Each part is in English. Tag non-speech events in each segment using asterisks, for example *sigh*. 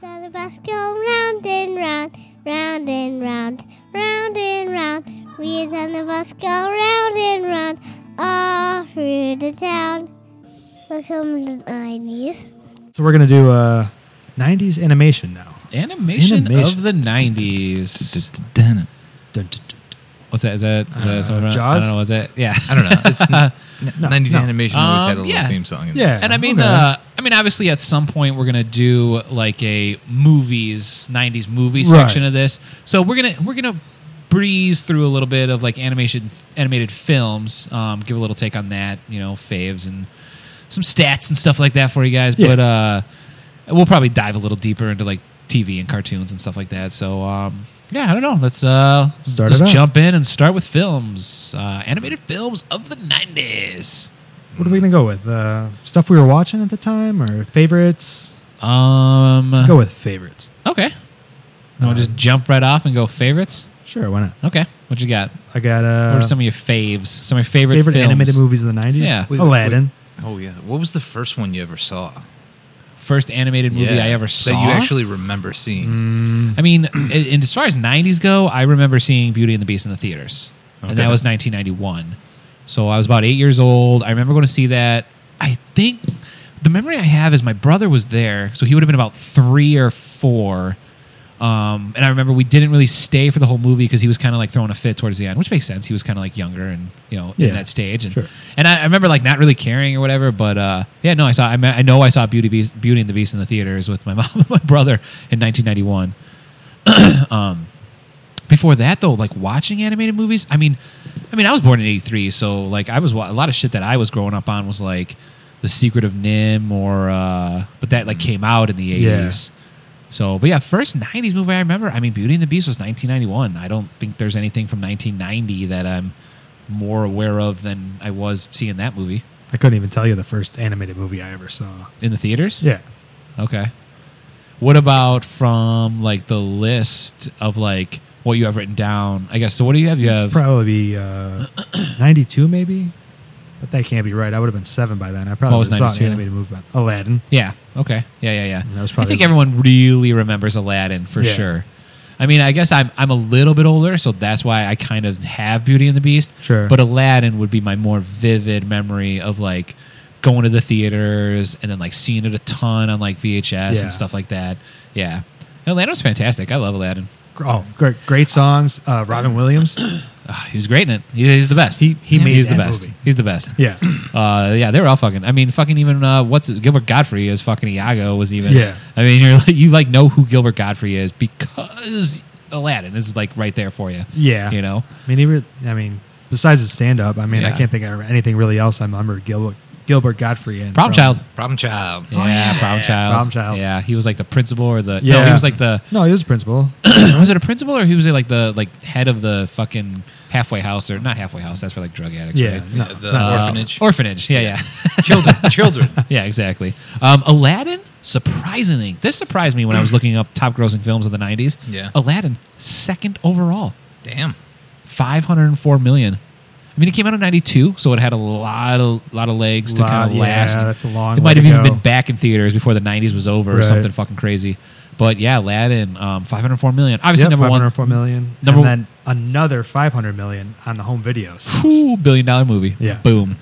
So the bus go round and round, round and round, round and round. Wheels on the bus go round and round, all through the town. Welcome to the 90s. So we're gonna do a '90s animation now. Animation, Animation. of the 90s. Dun- dun- dun- What's that? Is that, is that Uh, something? around- I Jaws? don't know. Is that? Yeah. I don't know. *laughs* It's n- No, 90s no. animation always had a Um, little yeah. theme song. In Yeah, And I mean, okay. uh, I mean, obviously, at some point, we're gonna do like a movies '90s movie Right. section of this. So we're gonna we're gonna breeze through a little bit of like animation animated films. Um, give a little take on that, you know, faves and some stats and stuff like that for you guys. Yeah. But uh, we'll probably dive a little deeper into like TV and cartoons and stuff like that. So um, yeah, I don't know. Let's uh, Start let's it up. jump in and start with films, uh, animated films of the '90s. What are we gonna go with? Uh, stuff we were watching at the time, or favorites? Um, Go with favorites. Okay. No, Uh, just jump right off and go favorites. Sure, why not? Okay, what you got? I got uh, what are some of your faves? Some of your favorite, favorite films? animated movies of the '90s. Yeah. Wait, wait, Aladdin. wait. Oh yeah. What was the first one you ever saw? First animated movie I ever saw. Mm. that you actually remember seeing. I mean, a- and as far as '90s go, I remember seeing Beauty and the Beast in the theaters, and that Okay. was 1991. So I was about eight years old. I remember going to see that. I think the memory I have is my brother was there, so he would have been about three or four. Um, and I remember we didn't really stay for the whole movie because he was kind of like throwing a fit towards the end, which makes sense. He was kind of like younger and you know Yeah. in that stage, and Sure. and I, I remember like not really caring or whatever. But uh, yeah, no, I saw. I, me- I know I saw Beauty Beast, Beauty and the Beast in the theaters with my *laughs* mom and my brother in 1991 before that though like watching animated movies i mean i mean i was born in 83 so like i was wa- a lot of shit that i was growing up on was like the secret of nim or uh but that like came out in the 80s so but yeah first 90s movie i remember i mean beauty and the beast was 1991 i don't think there's anything from 1990 that i'm more aware of than i was seeing that movie I couldn't even tell you the first animated movie I ever saw. in the theaters Yeah. Okay. What about from like the list of like what you have written down? I guess. So what do you have? You have probably be *clears throat* uh, 92 maybe but that can't be right i would have been seven by then i probably What would have was saw 92? an animated movie by- aladdin yeah. Okay. Yeah. Yeah. Yeah. And that was I probably- think everyone really remembers Aladdin for Yeah. sure. I mean, I guess I'm I'm a little bit older, so that's why I kind of have Beauty and the Beast. Sure. But Aladdin would be my more vivid memory of like going to the theaters and then like seeing it a ton on like VHS Yeah. and stuff like that. Yeah. Aladdin was fantastic. I love Aladdin. oh great great songs uh, robin *clears throat* williams Ah, he was great in it. He, he's the best. He- he made he's the that best. movie. He's the best. yeah Uh, yeah, they were all fucking. I mean, fucking even uh, what's Gilbert Godfrey is fucking Iago was even. Yeah. I mean, you're like, you like know who Gilbert Godfrey is because Aladdin is like right there for you. yeah You know. i mean even i mean besides the stand-up i mean i Yeah. can't think of anything really else i remember gilbert gilbert godfrey and Problem from- Child. Problem Child. Oh, Yeah, Problem Child. Problem Oh, Child. Yeah, he was like the principal or the no, Yeah. he was like the *clears throat* no he was a *coughs* principal was it a principal or he was like the like head of the fucking halfway house or not halfway house? That's for like drug addicts. yeah right? no, The no. Uh, orphanage. Orphanage. Yeah, yeah. children. *laughs* Children. Yeah, exactly. Um, Aladdin, surprisingly, this surprised me when I was looking up top grossing films of the 90s. Yeah. Aladdin, second overall, *laughs* Damn. 504 million. I mean, it came out in 92, so it had a lot of, lot of legs to Lot- kind of yeah, last. that's a long It way might to have even go. been back in theaters before the 90s was over or Right. something fucking crazy. But yeah, Aladdin, um, 504 million. Obviously, Yep, number one. 504 million Number- and then another 500 million on the home video sales. Whew, billion dollar movie. Yeah. Boom.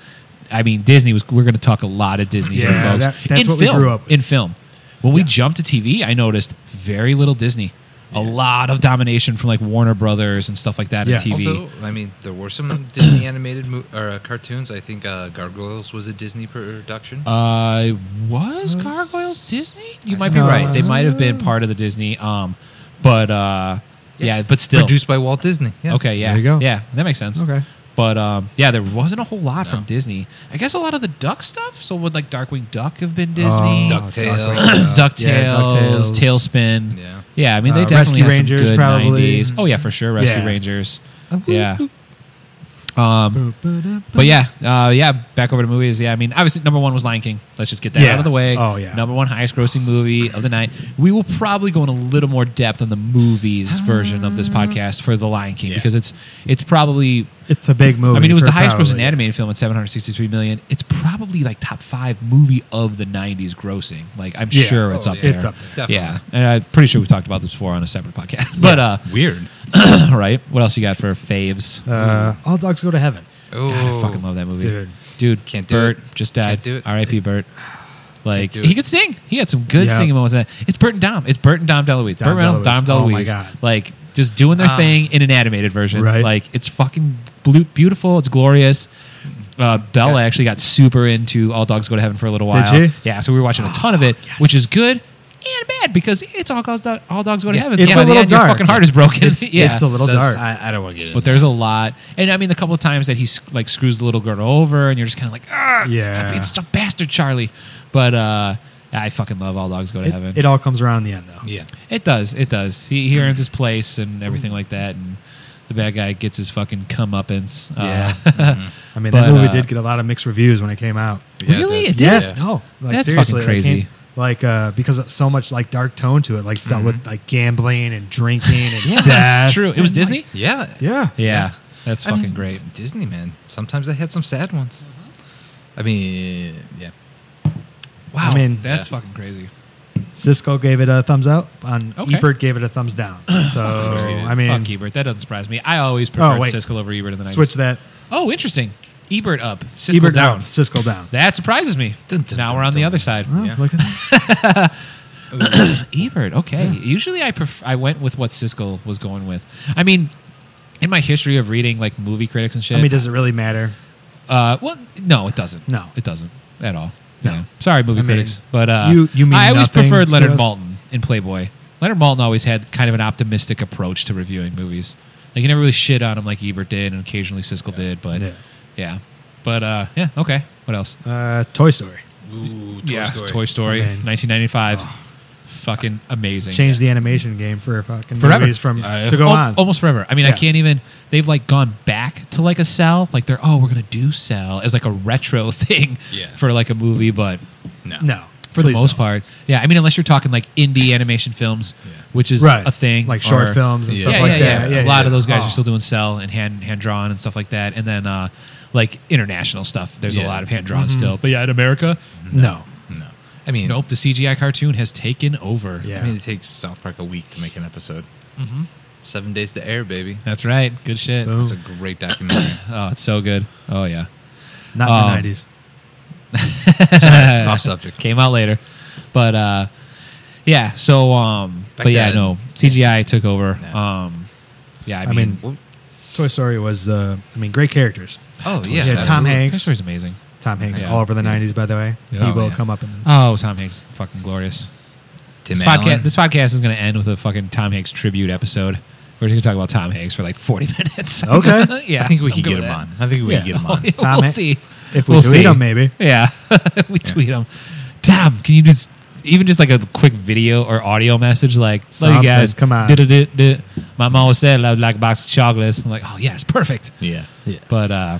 I mean, Disney was. We're going to talk a lot of Disney here, Yeah, folks. that- that's in what we film, grew up with. in film. When we jumped to TV, I noticed very little Disney. A lot of domination from like Warner Brothers and stuff like that Yes. in TV. Also, I mean, there were some Disney animated mo- or uh, cartoons. I think uh, Gargoyles was a Disney production. uh, was Gargoyles Disney? You might be Uh, right. They might have been part of the Disney. Um, but uh, yeah, but still. produced by Walt Disney. Yeah. Okay, yeah, There you go. Yeah, that makes sense. Okay. But um, yeah, there wasn't a whole lot from No. Disney. I guess a lot of the Duck stuff. So would like Darkwing Duck have been Disney? Oh, DuckTales. *clears throat* *coughs* DuckTales. DuckTales, Yeah, DuckTales. Tailspin. Yeah. Yeah, I mean, they Uh, definitely Rescue have Rangers, Uh, some good probably. 90s. Oh, yeah, for sure. Rescue Yeah. Rangers. Yeah. Um, but yeah, uh, yeah. Back over to movies. Yeah, I mean, obviously, number one was Lion King. Let's just get that Yeah. out of the way. Oh, yeah. Number one highest grossing movie of the night. We will probably go in a little more depth on the movies Ah. version of this podcast for the Lion King Yeah. because it's it's probably. It's a big movie. I mean, it was for the highest probably- grossing animated film at 763 million. It's probably like top five movie of the 90s grossing. Like, I'm Yeah. sure it's Oh, up yeah. there. It's up there. Yeah. And I'm pretty sure we talked about this before on a separate podcast. But, Weird. uh, *coughs* right. What else you got for faves? Uh, Mm-hmm. All dogs go to heaven. Oh, God, I fucking love that movie, Dude. Dude, Can't do Bert it. just died. Can't do it. R.I.P. Bert. Like do he it. could sing. He had some good Yeah. singing moments. in that. It's Bert and Dom. It's Bert and Dom DeLuise. Dom Burt Reynolds, DeLuise. Dom Oh, my DeLuise. God. Like just doing their Ah. thing in an animated version. Right. Like it's fucking blu- beautiful. It's glorious. Uh, Bella Yeah. actually got super into All Dogs Go to Heaven for a little Did while. she? Yeah, so we were Oh, watching a ton of it, which is good and bad because it's all dogs. All dogs go to Yeah. heaven. It's so by a the little end, dark. Your fucking heart is broken. It's, *laughs* *laughs* yeah, it's a little That's- dark. I, I don't want to get into but there's a lot, and I mean, the couple of times that he sc- like screws the little girl over, and you're just kind of like, ah, Yeah. it's a bastard, Charlie. But uh, I fucking love all dogs go to heaven. it, it all comes around in the end, though. Yeah. It does, it does. He, he earns his place and everything like that, and the bad guy gets his fucking comeuppance. *laughs* Yeah. Mm-hmm. uh, I mean, But, that movie uh, did get a lot of mixed reviews when it came out. Yeah, really, it it did. Yeah, Yeah. no, like, That's seriously, fucking like, crazy. Mm-hmm. can't- Like, uh, because it's so much like dark tone to it, like dealt with like gambling and drinking and *laughs* Yeah, death. that's true. It was Disney. Yeah. Yeah, Yeah, that's I fucking mean, great. Disney, man. Sometimes they had some sad ones. Mm-hmm. I mean, yeah. Wow, I mean- that's Yeah. fucking crazy. Cisco gave it a thumbs up. On Okay. Ebert gave it a thumbs down. *clears throat* So course he did. I mean, Oh, Fuck Ebert. That doesn't surprise me. I always preferred wait. Siskel over Ebert in the night. switch that. Oh, interesting. Ebert up, Siskel Ebert down. down, Cisco down. That surprises me. Dun, dun, now dun, we're on the dun. other side. Oh, Yeah. look at *laughs* that. Ebert. Okay. Usually I pref- I went with what Siskel was going with. I mean, in my history of reading like movie critics and shit, I mean, does it really matter? uh, well, no, it doesn't. No. it doesn't at all. No. Yeah. Sorry, movie I mean, critics, but uh, you- you mean I always nothing preferred to Leonard us? Maltin in Playboy. Leonard Maltin always had kind of an optimistic approach to reviewing movies. Like you never really shit on him like Ebert did, and occasionally Siskel did. But yeah, Yeah. but uh, yeah, okay. What else? Uh, Toy Story Ooh, Toy yeah, Story. Toy Story, I mean- 1995, fucking amazing. changed the animation game for fucking forever Uh, movies from Yeah. to go Al- on. almost forever i mean i Yeah. can't even they've like gone back to like a cell like they're oh we're gonna do cell as like a retro *laughs* thing Yeah. for like a movie but No. No, for the please most don't. part yeah i mean unless you're talking like indie animation films which is right? a thing like short or- films and Yeah. stuff yeah, like yeah, that. yeah. a lot of those guys Oh. are still doing cell and hand hand drawn and stuff like that and then uh like international stuff there's a Yeah. lot of hand Mm-hmm. drawn still but yeah in america no. No. I mean, nope the cgi cartoon has taken over Yeah. I mean, it takes South Park a week to make an episode. Mm-hmm. Seven days to air, baby. that's right good shit Boom. That's a great *coughs* documentary. oh it's so good oh yeah Not Um, in the 90s. Off subject. came out later. But uh, yeah, so um, Back but yeah, then. no CGI took over. Yeah. Um, yeah, I I mean, mean, Toy Story was, uh, I mean, great characters. Oh yeah, Yeah, Tom absolutely. Hanks. Toy Story's amazing. Tom Hanks, Yeah. all over the 90s, by the way. Yeah. he Oh, will yeah. come up in Oh, Tom Hanks, fucking glorious. Tim this Allen. podcast, this podcast is going to end with a fucking Tom Hanks tribute episode. We're just going to talk about Tom Hanks for like forty *laughs* minutes. Okay. *laughs* yeah, I think we I'm can good get with him that. on. I think we Yeah. can get him Tom on. *laughs* we'll Han- see. If we *laughs* We'll tweet see. him, maybe. Yeah, *laughs* we tweet him. Tom, can you just even just like a quick video or audio message, like "Love Something, you guys, come on. Duh-duh-duh-duh. My mom always said I would like a box of chocolates. I'm like, oh yeah, it's perfect. Yeah. Yeah. But uh,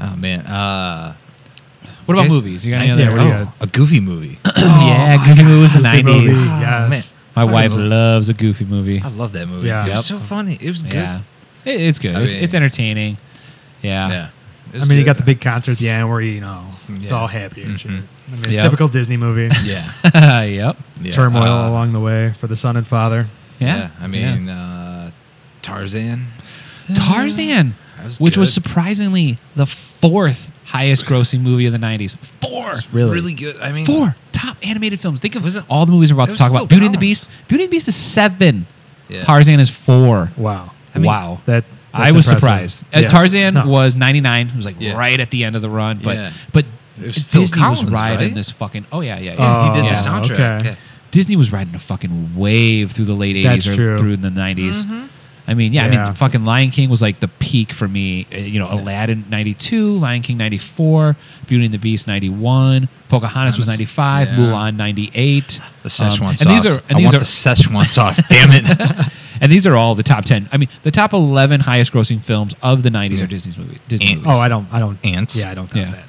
Oh man. Uh, what about Jason- movies? You got any Yeah, other? what do you oh. got? a *coughs* goofy movie. Oh, yeah, Goofy movie was the Goofy movie, nineties. yes. My Fucking wife movie. loves a Goofy movie. I love that movie. Yeah. It was Yep. so funny. It was good. Yeah, it, it's good. I it's, mean- it's entertaining. Yeah. Yeah. It I was mean, you good. got the big concert at the end where, you know, it's Yeah. all happy and shit. I mean, Mm-hmm. Yeah. typical Disney movie. *laughs* Yeah. yep. yeah. Turmoil Uh, along the way for the son and father. Yeah. yeah. I Yeah. mean, uh, Tarzan. Tarzan, That was which was good. surprisingly the fourth highest grossing movie of the 90s. Four. Really? Really good. I mean, Four top animated films. Think of all the movies we're about it to was talk Phil about. Beauty and the Collins. Beast. Beauty and the Beast is seven. Yeah. Tarzan is four. Wow. I mean, wow. That I that's was impressive. surprised. Uh, Yeah. Tarzan No. was 99. It was like Yeah. right at the end of the run. But, Yeah. but It was Phil Disney was Collins, riding right? this fucking. Oh, yeah, yeah, yeah. Yeah, he did Yeah. the soundtrack. okay. Yeah. Disney was riding a fucking wave through the late 80s That's or true. through the 90s. Mm-hmm. I mean, yeah, I Yeah. mean, fucking Lion King was like the peak for me. Uh, You know, Aladdin 92, Lion King 94, Beauty and the Beast 91, Pocahontas was 95, Yeah. Mulan 98. The Szechuan Um, sauce. And these are, and I these want are *laughs* the Szechuan sauce. Damn it. And these are all the top ten. I mean, the top eleven highest grossing films of the '90s Mm. are Disney's movies. Disney And- movies. Oh, I don't. I don't. Ants? Yeah, Oh, I don't doubt yeah. that.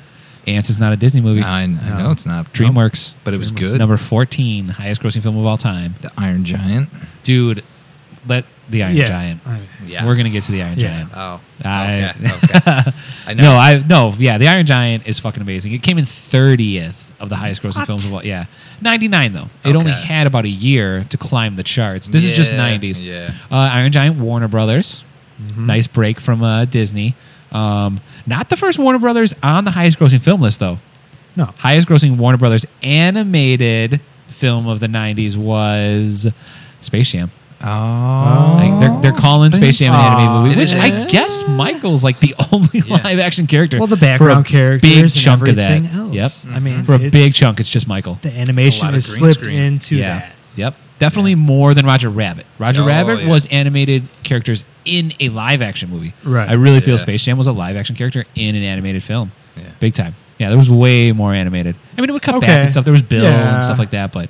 Ants is not a Disney movie. I, I know it's not DreamWorks, but it was DreamWorks. good. Number fourteen, highest grossing film of all time, The Iron Giant. dude. Let the Iron yeah. Giant. I mean, Yeah. We're gonna get to the Iron Yeah. Giant. Oh, I- *laughs* okay. okay. I know. No, I no, yeah, the Iron Giant is fucking amazing. It came in thirtieth of the highest grossing What? films of all. Yeah, ninety nine though. It only Okay. had about a year to climb the charts. This is just Yeah, nineties. yeah. uh, Iron Giant, Warner Brothers, Mm-hmm. nice break from uh, Disney. Um, not the first Warner Brothers on the highest grossing film list though. no. Highest grossing Warner Brothers animated film of the nineties was Space Jam. Oh, Like, they're, they're calling Space Jam an anime movie, It which is. I guess Michael's like the *laughs* only Yeah. live action character. Well, the For a background characters, big and chunk of that. everything Else. Yep, Mm-hmm. I mean, for a it's- big chunk, it's just Michael. the A lot animation of is green slipped screen. into yeah, that. yep, definitely more than Roger Rabbit. Roger Oh, Rabbit yeah. was animated characters in a live action movie. Right. I really feel Yeah. Space Jam was a live action character in an animated film. Yeah. Big time. Yeah, there was way more animated. I mean, it would cut Okay. back and stuff. There was Bill Yeah. and stuff like that, but.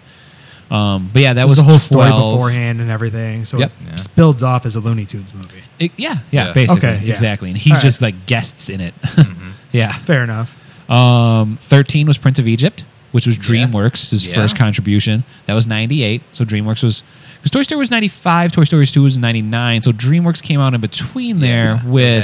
Um, but yeah, that That was was the whole story 12. beforehand and everything. So Yep. it Yeah. just builds off as a Looney Tunes movie. It- yeah, yeah, Yeah. Mm-hmm. basically, Okay, yeah. exactly. And he All right. just like guests in it. *laughs* yeah. Fair enough. Um, 13 was Prince of Egypt, which was DreamWorks' his Yeah. first contribution. That was 98. So DreamWorks was. Because Toy Story was 95, Toy Story 2 was 99. So DreamWorks came out in between there with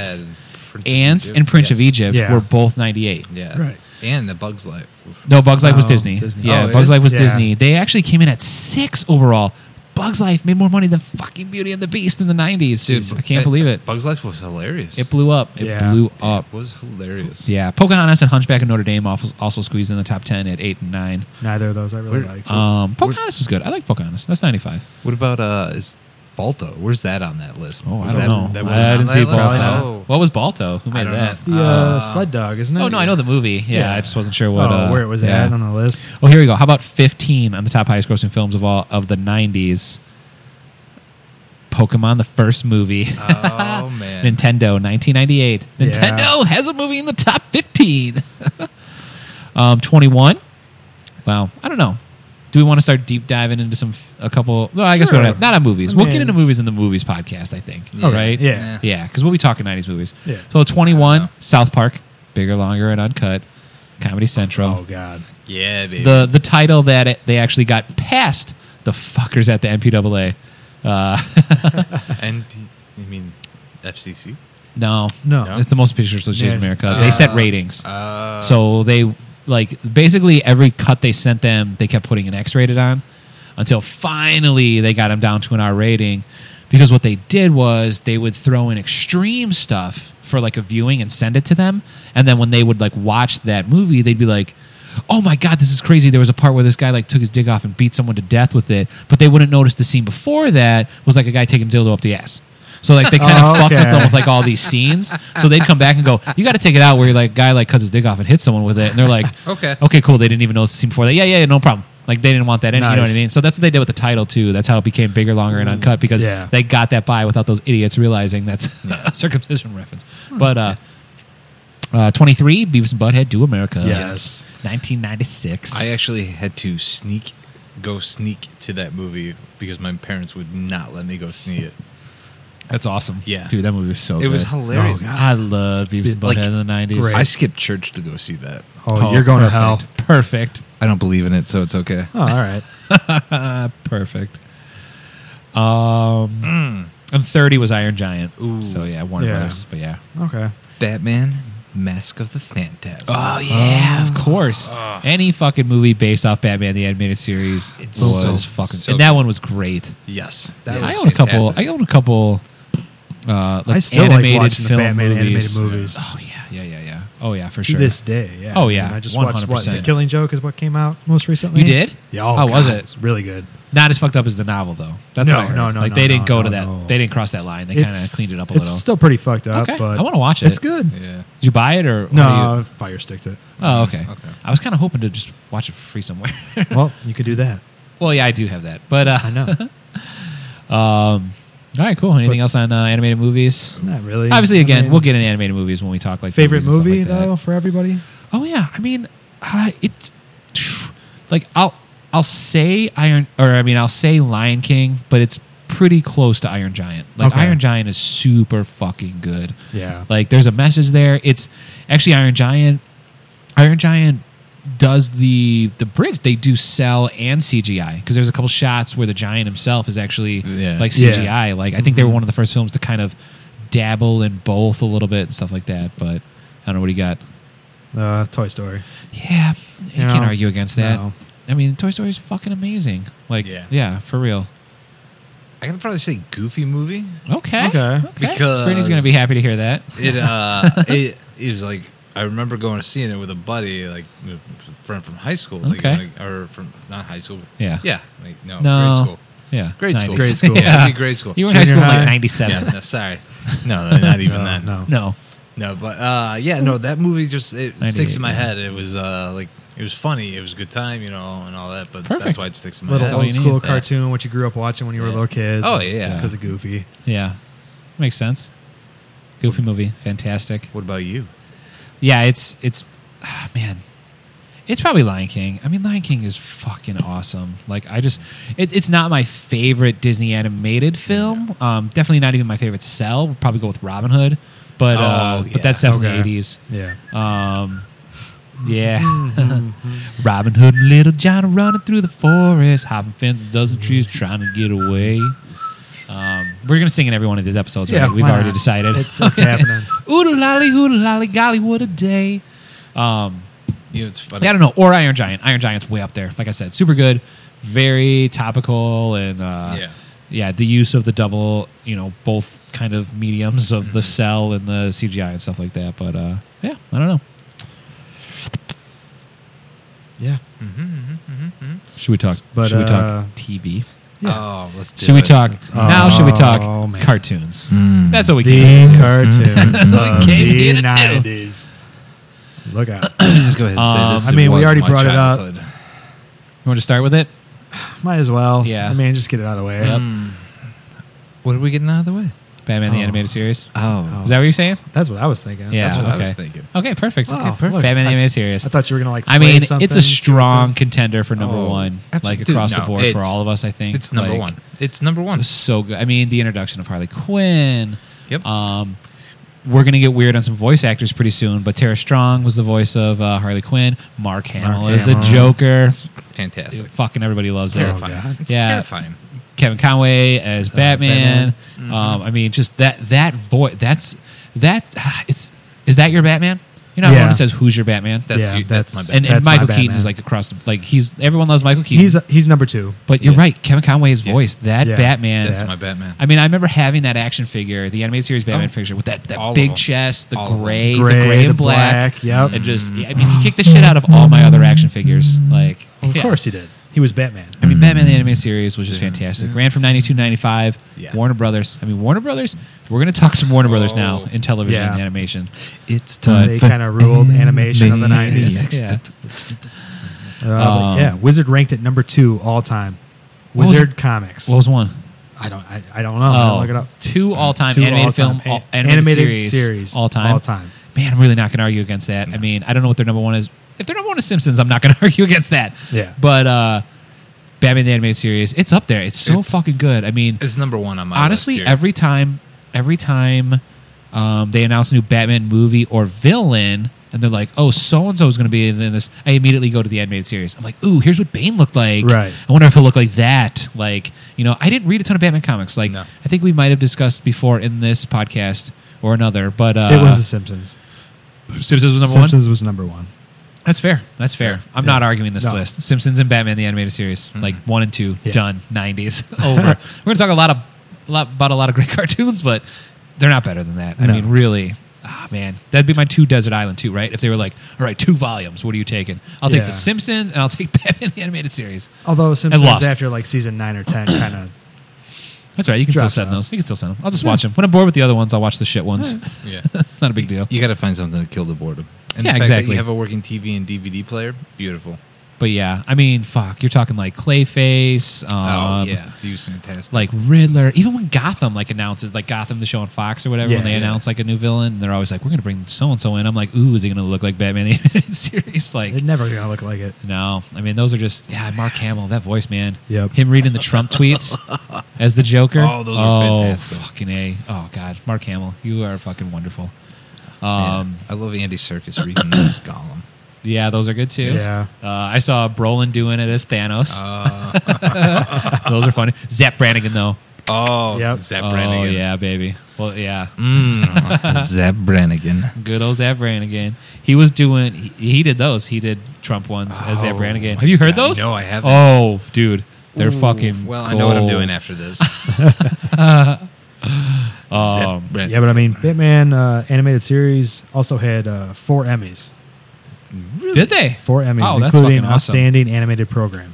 Prince of Ants Egypt, and Prince of yes. Egypt Yeah. were both 98. Yeah. Right. And the Bugs Life. No, Bugs Life was No, Disney. Disney. Yeah, Oh, it Bugs is? Life was Yeah. Disney. They actually came in at six overall. Bugs Life made more money than fucking Beauty and the Beast in the 90s. Dude, I can't believe it. Bugs Life was hilarious. It blew up. It Yeah. blew up. It was hilarious. Yeah, Pocahontas and Hunchback of Notre Dame also, also squeezed in the top 10 at 8 and 9. Neither of those I really We're- liked. Um, Pocahontas was good. I like Pocahontas. That's 95. What about uh is Balto? Where's that on that list? Oh, I Was don't that, know. That wasn't I on didn't that see list? Balto. Oh. What was Balto? Who I made don't that? the uh, uh, sled dog, isn't it? Oh, no, I know the movie. Yeah, I just wasn't sure Oh, what. uh, where it was yeah. at on the list. Oh, here we go. How about 15 on the top highest grossing films of all of the 90s? Pokemon, the first movie. *laughs* Oh man. Nintendo, 1998. Nintendo has a movie in the top 15. *laughs* um, 21. Wow, I don't know. Do we want to start deep diving into some f- a couple? Well, I guess we don't Sure. have not on movies. I we'll mean- get into movies in the movies podcast. I think. Yeah. All right. Yeah. Yeah. Yeah, because we'll be talking 90s movies. Yeah. So 21, I know. South Park, bigger, longer, and uncut, Comedy Central. Oh God. Yeah, baby. the the title that it, they actually got past the fuckers at the MPAA. Uh, *laughs* and you mean FCC? no, No. it's the most pictures of Yeah. America. They set Uh, ratings, Uh, so they like basically every cut they sent them, they kept putting an X-rated on until finally they got them down to an R rating. Because what they did was they would throw in extreme stuff for like a viewing and send it to them, and then when they would like watch that movie, they'd be like. Oh my god, this is crazy. There was a part where this guy like took his dick off and beat someone to death with it, but they wouldn't notice the scene before that was like a guy taking a dildo up the ass. So like they kind of Oh, fucked with okay. them with like all these scenes. So they'd come back and go, "You got to take it out where you're like guy like cuts his dick off and hits someone with it," and they're *laughs* like, Okay. okay, cool." They didn't even notice the scene before that. Yeah, yeah, yeah, no problem. Like they didn't want that in. You know what I Nice. mean? So that's what they did with the title too. That's how it became bigger, longer, and uncut because Yeah. they got that by without those idiots realizing that's *laughs* a circumcision reference. But uh, uh, twenty three, Beavis and Butthead, Do America, Yes. uh, nineteen ninety six. I actually had to sneak, go sneak to that movie because my parents would not let me go sneak it. That's awesome. Yeah. dude, that movie was so. It was good. hilarious. Oh, God. I love Beavis and Butthead Like, in the nineties. great. I skipped church to go see that. Oh, you're going perfect. to hell. Perfect. I don't believe in it, so it's okay. Oh, all right. *laughs* Perfect. Um, and thirty was Iron Giant. So yeah, Warner Yeah. Brothers. But yeah. Okay. Batman, Mask of the Phantasm. Oh yeah, of course. Uh, Any fucking movie based off Batman the animated series it So- was fucking, so and that good. one was great. yes, Yeah, I own a couple. I own a couple. Uh, like I still animated like watching the film Batman animated movies. movies. Oh yeah, yeah, yeah, yeah. Oh yeah, for to sure. this day. Yeah. Oh, I mean, yeah, I just watched what 100%. the Killing Joke is what came out most recently. You did? Yeah. Oh, How was God, it? was really good. Not as fucked up as the novel though. That's No, what I heard. no, no, Like no, no, they didn't go no, to that. no. They didn't cross that line. They kind of cleaned it up a it's little. still pretty fucked up. okay, but I want to watch it. It's good. Yeah. Did you buy it or or do you- No, fire sticked it. Oh, okay. okay. I was kind of hoping to just watch it for free somewhere. *laughs* Well, you could do that. well, yeah, *laughs* I do have that. But uh, I know. um, all right, cool. Anything But- else on uh, animated movies? Not really. Obviously, I again, mean, we'll get in animated movies when we talk like favorite movies and movie stuff like that. though for everybody. Oh yeah, I mean, uh, *sighs* it's like I'll I'll say Iron or I mean I'll say Lion King, but it's pretty close to Iron Giant. Like Okay. Iron Giant is super fucking good. Yeah. Like there's a message there. It's actually Iron Giant. Iron Giant does the the bridge. They do cell and CGI because there's a couple shots where the giant himself is actually Yeah. like Yeah. CGI. Like I think they were one of the first films to kind of dabble in both a little bit and stuff like that. But I don't know what he got. Uh, Toy Story. Yeah, you No. can't argue against that. No. I mean, Toy Story is fucking amazing. Like, Yeah. yeah, for real. I can probably say Goofy movie. Okay. Okay. Because- Brittany's gonna be happy to hear that. It *laughs* uh, it, it was like I remember going to seeing it with a buddy, like a friend from high school, like, Okay. like- or from not high school, Yeah. yeah, like, no, No. grade school, Yeah. grade school, 90s. *laughs* Grade school. yeah, Yeah. it'd be grade school. You were in high Junior school in high. like '97. yeah, no, *laughs* sorry, no, not even No, that, Uh, no. No. No, but uh, yeah, no, that movie just it sticks 98, in my yeah. head. It was uh, like it was funny, it was a good time, you know, and all that. But that's Perfect. why it sticks in my Little That's all head. you old school need. Yeah. cartoon, what you grew up watching when you were Yeah. a little kid. Oh, yeah. Because of Goofy. Yeah. Makes sense. Goofy movie. Fantastic. What about you? Yeah, it's it's ah, man. It's probably Lion King. I mean, Lion King is fucking awesome. Like, I just, it, it's not my favorite Disney animated film. Um, definitely not even my favorite Cell. We'll probably go with Robin Hood, but uh, Oh, yeah. but that's definitely Okay. eighties. Yeah. Um, Mm-hmm. yeah. *laughs* Robin Hood and Little John are running through the forest, hopping fences, Mm-hmm. dozen trees, trying to get away. Um, we're gonna sing in every one of these episodes. Yeah, right? we've why already not? decided. It's, uh, it's happening. *laughs* Oodle lolly, oodle lolly, golly, what a day. Um, You know, it's funny. yeah, I don't know. Or Iron Giant. Iron Giant's way up there. Like I said, super good, very topical, and uh, Yeah. yeah, the use of the double, you know, both kind of mediums of Mhm. the cell and the CGI and stuff like that. But uh, yeah, I don't know. Yeah. Mm-hmm, Should we talk? But, should we uh, talk TV? Oh, let's do Should we it. talk now? should we talk oh, man. cartoons? Mm. That's what we The came. to do. cartoons what *laughs* we of came here the to do. 90s. Look *coughs* out. *clears throat* Just go ahead and say Um, this. I mean, we was already my brought it up. childhood. You want to start with it? Might as well. Yeah. I mean, just get it out of the way. Yep. Mm. What are we getting out of the way? Batman the Oh. animated series. Oh, Is that what you're saying? That's what I was thinking. Yeah, that's what I okay. was thinking. Okay, perfect. Wow, okay, perfect. look, Batman I- the animated series. I thought you were gonna like. I play mean, something, it's give a us strong contender for number Oh, one, like absolutely. Dude, across no, the board for it's- all of us. I think It's number Like, one. It's number It one. was so good. I mean, the introduction of Harley Quinn. Yep. Um, we're gonna get weird on some voice actors pretty soon, but Tara Strong was the voice of uh, Harley Quinn. Mark Hamill is the Hamill. Joker. Fantastic. Fucking everybody loves It's her. terrifying. terrifying. God. It's Yeah. terrifying. Kevin Conway as Uh, Batman. Mm-hmm. Um, I mean, just that that voice. That's that. *sighs* It's is that your Batman? You know, Yeah. everyone says who's your Batman. That's Yeah, you, that's, my that's- bad. and, and That's my Michael Keaton Batman. is like across the like he's everyone loves Michael Keaton. He's uh, he's number two. But you're Yeah. right, Kevin Conway's Yeah. voice, that Yeah. Batman. That's That's my Batman. I mean, I remember having that action figure, the animated series Batman Oh. figure, with that, All that of big them. chest, the All of them. gray, Gray, the gray the and black. black, yep. And just, yeah, I mean, he kicked the shit out of all my other action figures. Like, Well, Mm. of yeah. course he did. He was Batman. I mean, Batman the animated series was just fantastic. Ran from 92 to 95. Yeah. Warner Brothers. I mean, Warner Brothers, we're going to talk some Warner Brothers now Oh. in television Yeah. and animation. It's time They kind of ruled animation of the nineties. Uh, Yeah. Um, yeah, Wizard ranked at number two all time. What was Wizard it? comics. What was one? Oh, I don't. I, I don't know. I didn't look it up. Two all-time Two animated all-time film, all, a- animated, animated series, series, all-time. all-time. Man, I'm really not going to argue against that. I mean, I don't know what their number one is. If their number one is Simpsons, I'm not going to *laughs* argue against that. Yeah. But uh, Batman the animated series, it's up there. It's so It's- fucking good. I mean, It's number one on my honestly, list here. every time, every time um, they announce a new Batman movie or villain, and they're like, "Oh, so and so is going to be in this," I immediately go to the animated series. I'm like, "Ooh, here's what Bane looked like. Right. I wonder if he'll look like that." Like, you know, I didn't read a ton of Batman comics. Like, No. I think we might have discussed before in this podcast or another, but uh, it was The Simpsons. Simpsons was number one. Simpsons was number one. That's fair. That's fair. I'm not arguing this No. Mm-hmm. list. Simpsons and Batman the animated series, like one and two, Yeah. done. *laughs* Nineties over. We're gonna talk a lot of a lot about a lot of great *laughs* cartoons, but they're not better than that. I No. mean, really. Ah man, that'd be my two Desert Island too, right? If they were like, all right, two volumes. What are you taking? I'll take Yeah. The Simpsons and I'll take *laughs* Batman the animated series. Although Simpsons Lost. after like season nine or ten kind *coughs* of That's right. You can Drop still send out. those. You can still send them. I'll just watch them. When I'm bored with the other ones, I'll watch the shit ones. *laughs* yeah, *laughs* not a big deal. you got to find something to kill the boredom. And Yeah, the fact That exactly. you have a working TV and DVD player. Beautiful. But yeah, I mean, fuck. You're talking like Clayface. Um, oh yeah, he was fantastic. like Riddler, even when Gotham like announces like Gotham the show on Fox or whatever, Yeah, when they yeah. announce like a new villain, they're always like, "We're gonna bring so and so in." I'm like, "Ooh, is he gonna look like Batman the animated *laughs* series?" Like, it never gonna look like it. no, I mean those are just yeah, Mark Hamill, that voice, man. Yep. *laughs* Him reading the Trump tweets, as the Joker. Oh, those are Oh, fantastic. Fucking a. Oh God, Mark Hamill, you are fucking wonderful. Yeah. Um, I love Andy Circus reading *coughs* his Gollum. yeah. those are good too. Yeah. Uh, I saw Brolin doing it as Thanos. *laughs* Uh, those are funny. Zap Brannigan though. oh, Yep. Zap Oh Brannigan. yeah, baby. Well, yeah. Mm, *laughs* Zap Brannigan. Good old Zap Brannigan. He was doing. He, he did those. He did Trump ones as Zap Oh, Brannigan. my Have you heard God, those? no, I haven't. Oh, dude, they're fucking. Well, I know what I'm gold. doing after *laughs* this. Um, Zap Bran- Yeah, but I mean, Batman uh, animated series also had uh, four Emmys. Did they? Four Emmys, Oh, that's including fucking awesome. Outstanding Animated Program.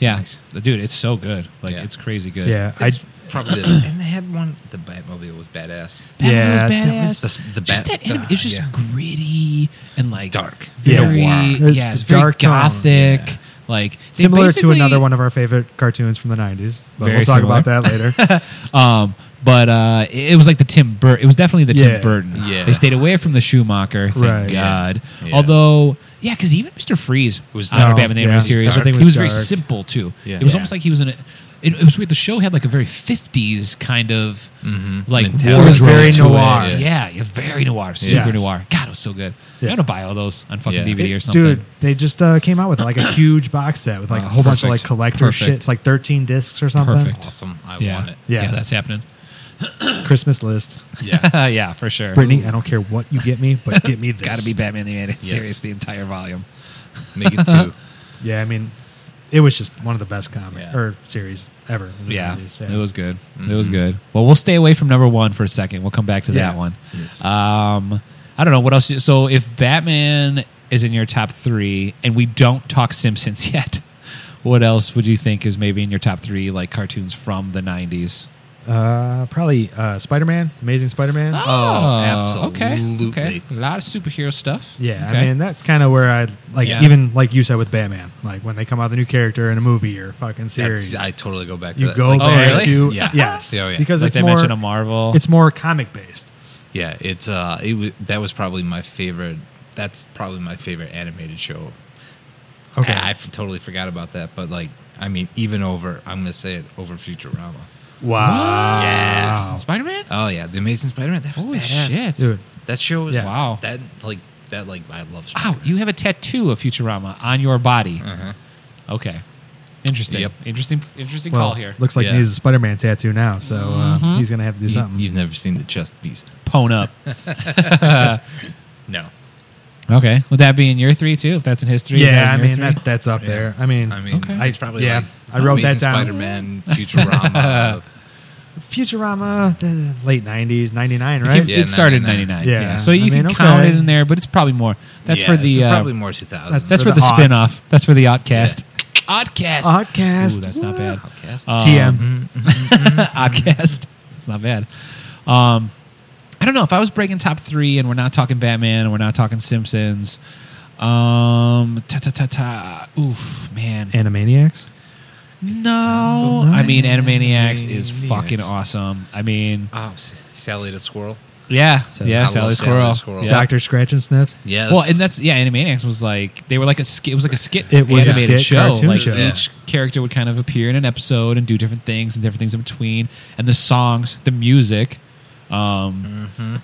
Yeah, Nice. dude, it's so good. Like Yeah. it's crazy good. Yeah, I, It's probably the, *clears throat* and they had one. The Batmobile was badass. Batman was Yeah, that badass. was the- the just Bat- that anime, it's just yeah. gritty and like Dark. very Yeah. yeah, Noir. it's, It's very dark tone, gothic. yeah. Like they similar to another basically- one of our favorite cartoons from the '90s. But Very we'll talk about similar. that *laughs* later. Um, but uh, it it was like the Tim Burton. It was definitely the Yeah. Tim Burton. Yeah. They stayed away from the Schumacher. Thank Right. God. Yeah. Although, yeah, because even Mister Freeze Was was on dark. our Batman the Yeah, it Animated was series. dark. He was very Dark. simple too. Yeah. It was Yeah. almost like he was in a. It, it was weird. The show had like a very fifties kind of like Mm-hmm. Mentality. It was wardrobe very to noir. It. Yeah. yeah, very noir, super Yes. noir. God, it was so good. Yeah. I'm gonna buy all those on fucking Yeah. DVD or It- something. Dude, they just uh, came out with like a huge box set with like a Oh, whole bunch of like perfect. collector shit. Perfect. It's like 13 discs or something. Perfect. Awesome. I yeah. want it. Yeah. yeah, that's happening. Christmas list. *laughs* Yeah. yeah, for sure. Brittany, I don't care what you get me, but get me this. *laughs* it's got to be Batman the Animated Yes. Series, the entire volume. Make it *laughs* two. Yeah, I mean, it was just one of the best comic Yeah. or series ever. in the Yeah, 90s. it was good. It Mm-hmm. was good. Well, we'll stay away from number one for a second. We'll come back to Yeah. that one. Yes. Um, I don't know what else. you- So if Batman is in your top three, and we don't talk Simpsons *laughs* yet, what else would you think is maybe in your top three, like cartoons from the nineties? Uh, probably uh, Spider Man, Amazing Spider Man. Oh, Uh, Okay. Oh, absolutely. Okay. A lot of superhero stuff. Yeah, Okay. I mean that's kind of where I like Yeah. even like you said with Batman, like when they come out with a new character in a movie or fucking That's, series, I totally go back to you that. go Like, Oh, back really? to Yeah. yes, Yeah, oh, yeah. because like it's they more mentioned a Marvel. it's more comic based. Yeah, it's uh, it was that was probably my favorite. That's probably my favorite animated show. Okay, I, I f- totally forgot about that, but like, I mean, even over, I'm gonna say it over Futurama. wow, Yeah. Spider Man. Oh yeah, The Amazing Spider-Man. That was Holy badass. shit. dude, That show. Was, Yeah. Wow. That like that like I love. Wow, Spider-Man. Oh, you have a tattoo of Futurama on your body. Uh-huh. Okay. Interesting. Yep. Interesting. Interesting well, call here. Mm-hmm. looks like Yeah. he needs a Spider Man tattoo now, so uh, he's gonna have to do something. You, have never seen the chest piece. Pone up. No. okay. Would that be in your three too? If that's in his three? is yeah, I that in your mean three? that that's up there. I mean, I mean, Okay. it's probably Yeah, like I wrote that Amazing down. Spider-Man, Futurama. Futurama, the late '90s, '99, right? It, Yeah, started in 99. '99. Yeah. Yeah. So you I mean, can count okay. it in there, but it's probably more. *laughs* That's Yeah, for the. it's uh, probably more 2000. that's- that's For for the the, aughts. spin spinoff. That's for the Oddcast. Oddcast. Podcast. Ooh, that's not bad. Outcast. Um, TM. *laughs* Oddcast. It's not bad. Um, I don't know if I was breaking top three, and we're not talking Batman, and we're not talking Simpsons. Um, ta ta ta ta. Oof, man. mm-hmm. Animaniacs. No, for I mean Animaniacs is Animaniacs. fucking awesome. I mean, oh, S- Sally the Squirrel. yeah, I yeah, Sally love Sally the the Squirrel, Squirrel. Yeah. Doctor Scratch and Sniff. Yes. Well, and that's yeah. Animaniacs was like they were like a skit. It was like a skit. It was a skit animated show. cartoon Like show. Yeah. each character would kind of appear in an episode and do different things and different things in between. And the songs, the music. Um, Mm-hmm.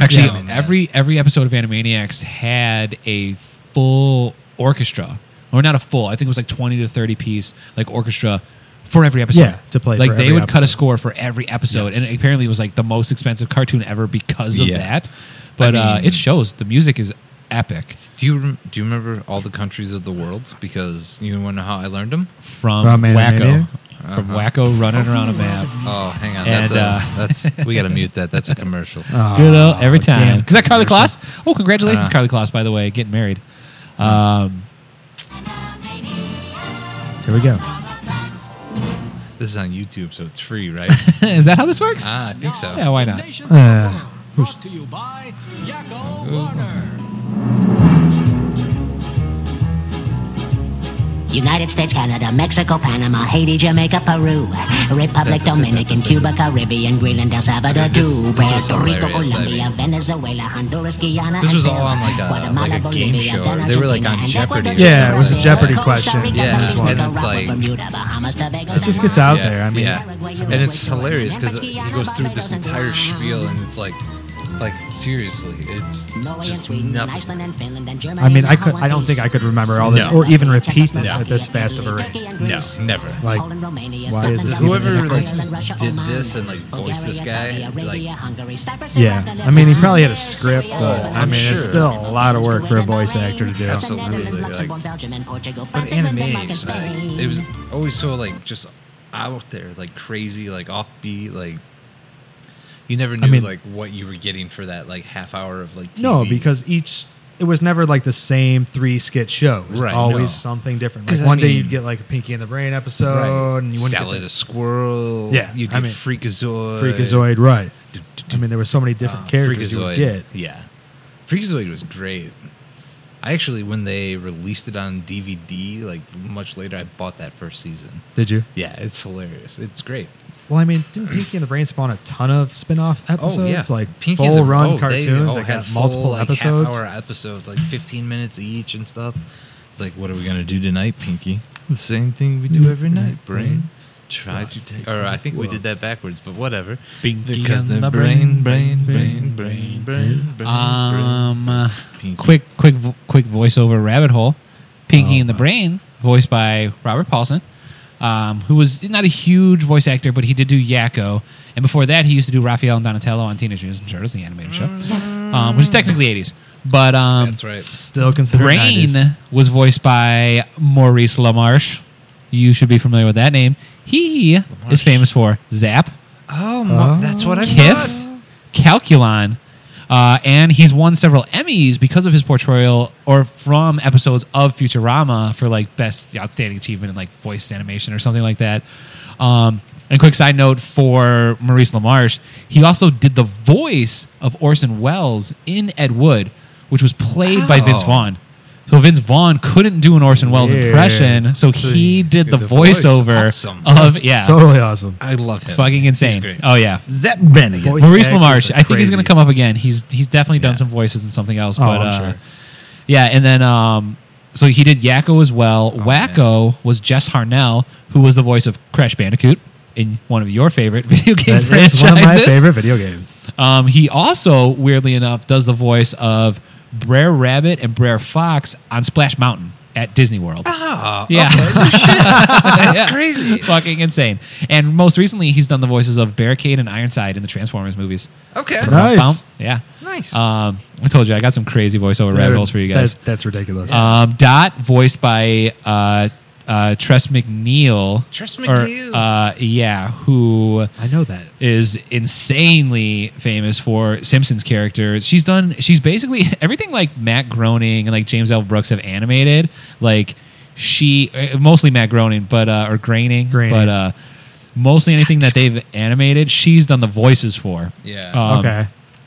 Actually, Yeah. every every episode of Animaniacs had a full orchestra, or not a full. I think it was like twenty to thirty piece like orchestra for every episode. Yeah, to play Like for they every would cut a episode. score for every episode, Yes. and apparently it was like the most expensive cartoon ever because of Yeah. that. But I uh, mean- it shows the music is epic Do you rem- do you remember all the countries of the world? Because you want to know how I learned them? from, From Wacko, Animaniacs? from Uh-huh. Wacko running around a map. Oh, hang on. And, uh, that's, a, that's we got to mute that. *laughs* That's a commercial. Good Uh, old every time. Oh, damn Is that Carly Kloss? Oh, congratulations, Uh. Carly Kloss, by the way, getting married. *laughs* Um, Here we go. This is on YouTube, so it's *laughs* free, right? is that how this works? ah, I think so. yeah, why not? Uh, Brought to you by Yakko Warner. United States, Canada, Mexico, Panama, Haiti, Jamaica, Peru, Republic, Dominican, Cuba, Caribbean, Greenland, El Salvador, I mean, this- too, this was Puerto Rico, hilarious, I Colombia, mean. Venezuela, Honduras, Guyana. This and was all Cuba, on, like, a- Guatemala, like a game Bolivia, show, or Ghana, they were, like, Argentina, on and Jeopardy or Ecuador, Yeah, it was a Brazil, Jeopardy Costa question. Rica, Yeah, Mexico, and it's Morocco, like- Bermuda, Bahamas, Tobago, It just San gets out Yeah, there. I mean, yeah, and it's hilarious because he goes through this entire spiel, and it's like, like seriously, it's Norway and just Sweden, nothing. Iceland and Finland, and Germany. I mean, I could. Samoa I don't and think I Greece. could remember all this, No. or even repeat this No. at this fast of a Turkey rate. and No, Greece. never. Like, Poland, Romania, why is Scotland, this Ireland, Whoever, like, Ireland, Russia, did Oman, this and, like, voiced this Bulgaria, guy, Serbia, like- Arabia, Hungary, Cyprus, Yeah, Iran, I mean, he Lebanon, probably had a Syria, script, but Lebanon, I I'm mean, it's sure. still a lot of work for a voice actor to do. Absolutely, The Netherlands, like- Luxembourg, Belgium, and Portugal, But France, England, Denmark, and animes, Spain. like, it was always so like just out there, like crazy, like offbeat, like you never knew mean- like what you were getting for that like half hour of like TV. No, because each it was never like the same three skit show. It was Right, always no. something different. 'Cause Like I one day you'd mean- get like a Pinky and the Brain episode, right, and uh, you wouldn't Sally get the squirrel, Yeah, you I mean- get the Freakazoid, Uh, Freakazoid, right? Du- du- I mean, there were so many different Uh, characters you would get. Yeah, Freakazoid was great. I actually, when they released it on DVD, like much later, I bought that first season. Did you? Yeah, it's hilarious. It's great. Well, I mean, didn't Pinky and the Brain spawn a ton of spin-off episodes? like Oh, Pinky and full the- run oh, they cartoons all that had got multiple full, like, episodes. half-hour episodes, like fifteen minutes each and stuff. It's like, what are we gonna do tonight, Pinky? The same thing we do every night, brain. Try to take. Or Mm-hmm. I think we did that backwards, but whatever. Pinky because and the the brain, brain, brain, brain, brain, brain, brain, brain. Um, uh, Pinky. quick, quick, vo- quick voiceover rabbit hole. Pinky Oh, and the Brain, voiced by Robert Paulson, um, who was not a huge voice actor, but he did do Yakko, and before that, he used to do Raphael and Donatello on Teenage Mutant Ninja Turtles, the animated show, um, which is technically '80s. But um, That's right. Still considered Brain 90s. was voiced by Maurice LaMarche. You should be familiar with that name. He is famous for Zap, Oh, mo- that's what I Kiff, thought. Calculon, uh, and he's won several Emmys because of his portrayal or from episodes of Futurama for like best outstanding achievement in like voice animation or something like that. Um, and quick side note for Maurice LaMarche, he also did the voice of Orson Welles in Ed Wood, which was played by Vince Oh. Vaughn. So Vince Vaughn couldn't do an Orson Welles Weird. impression, so he did the, the voice. voiceover Awesome. of yeah, totally awesome. I love him. fucking insane. great. Oh yeah, Zep Brannigan. Voice Maurice actors LaMarche. are I think he's going crazy. to come up again. He's he's definitely done Yeah. some voices and something else. Oh, but I'm uh, sure. yeah, and then um, so he did Yakko as Oh, well. Wacko was Jess Harnell, who was the voice of Crash Bandicoot in one of your favorite *laughs* video game That is franchises. one of my favorite video games. Um, he also, weirdly enough, does the voice of Brer Rabbit and Brer Fox on Splash Mountain at Disney World. Ah, yeah. *laughs* that's crazy. Fucking insane. And most recently, he's done the voices of Barricade and Ironside in the Transformers movies. Okay. Nice. Yeah. Nice. Um, I told you, I got some crazy voiceover rabbit holes for you guys. That- that's ridiculous. Um, Dot, voiced by uh, uh, Tress McNeil. Tress or, McNeil. uh, yeah, who I know that. is insanely famous for Simpsons characters. She's done. She's basically *laughs* everything like Matt Groening and like James L. Brooks have animated. Like she, uh, mostly Matt Groening, but uh, or Groening, Groening. but uh, mostly anything that they've animated, she's done the voices for. Yeah. Um, Uh, okay.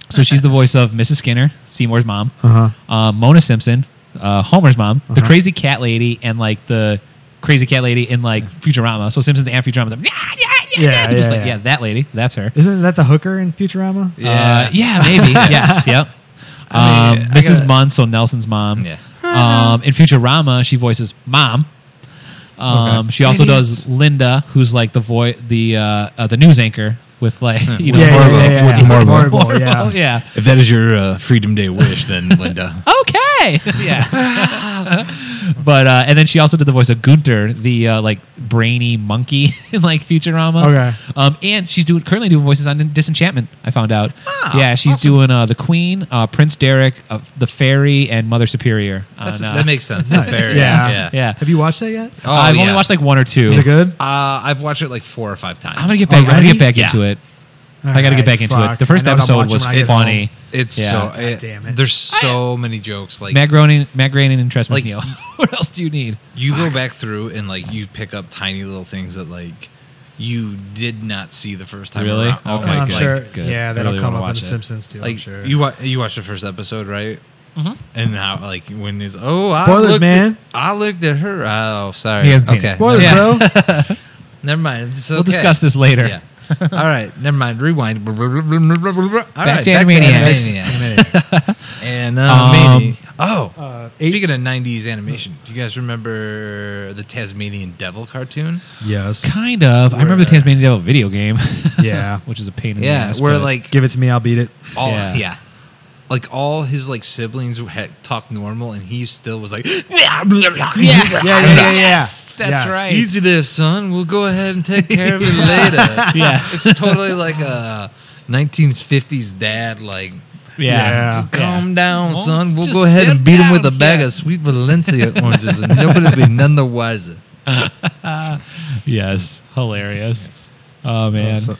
So she's the voice of Mrs. Skinner, Seymour's mom, Uh-huh. uh, Mona Simpson, uh, Homer's mom, the crazy cat lady, and like the crazy cat lady in like Futurama. So Simpsons and Futurama. them, Yeah, yeah, yeah, Yeah, yeah, just yeah, like yeah. yeah, that lady. That's her. Isn't that the hooker in Futurama? Yeah. Uh, yeah, *laughs* maybe. yes. Yep. I Um, mean, I missus gotta- Munn, so Nelson's mom. yeah. Um, in Futurama, she voices mom. Um, She also does Linda, who's like the voi- the uh, uh, the news anchor with like *laughs* you know Yeah, yeah, Morrible. yeah, yeah, Woody yeah. Morrible. Morrible, Morrible, yeah. yeah. If that is your uh, Freedom Day wish, *laughs* then Linda. *laughs* okay yeah *laughs* but uh and then she also did the voice of gunter the uh like brainy monkey *laughs* in like futurama Okay. um and she's doing currently doing voices on disenchantment i found out Ah, yeah she's doing uh the queen uh prince derek uh, the fairy and mother superior on, That's- uh, that makes sense. That's Nice. fair. Yeah. Yeah. yeah Have you watched that yet? Oh, i've only yeah. watched like one or two Is it good? Uh, I've watched it like four or five times. i'm gonna get back i'm gonna Already? get back Yeah. into it i gotta get Alright, back into fuck. it the first I know what I'm episode watching was when I get funny It's Yeah. so. God It, damn it. There's so many jokes. Like Matt Groening, Matt Groening, and Tress Like- *laughs* McNeil. what else do you need? you go back through and like you pick up tiny little things that like you did not see the first time. Really? around. Oh Okay, my I'm god. sure. Good. Yeah, I that'll really come wanna up in watch The it. Simpsons too. I'm Like sure. you, wa- you watched the first episode, right? Mm-hmm. And now, like when he's oh, I Spoilers, looked man. At, I looked at her. Oh, sorry. He hasn't seen okay. it. Spoilers, Yeah. *laughs* bro. Never mind. It's We'll okay. discuss this later. Yeah. *laughs* All right. Never mind. Rewind. All right, to Animaniacs. Animaniacs. and uh, Um, Mani- Oh, uh, speaking of '90s animation, do you guys remember the Tasmanian Devil cartoon? *laughs* Yes. Kind of. I remember the Where- Tasmanian Devil video game. *laughs* Yeah. which is a pain in the Yeah, ass. where but- like Give it to me. I'll beat it. all Yeah. yeah. Like all his like siblings had talked normal, and he still *laughs* was like, yeah, yeah, yeah, yeah, yeah, Yes, yeah. that's Yes. right. Easy there, son. We'll go ahead and take care of *laughs* it later. Yes. it's totally like a 1950s dad. Like, Yeah. yeah. "Just calm down, Well, son. We'll just go ahead sit and beat him with a down, bag yeah." of sweet *laughs* Valencia oranges, and nobody'll be none the wiser. Yes, hilarious. Oh man. So,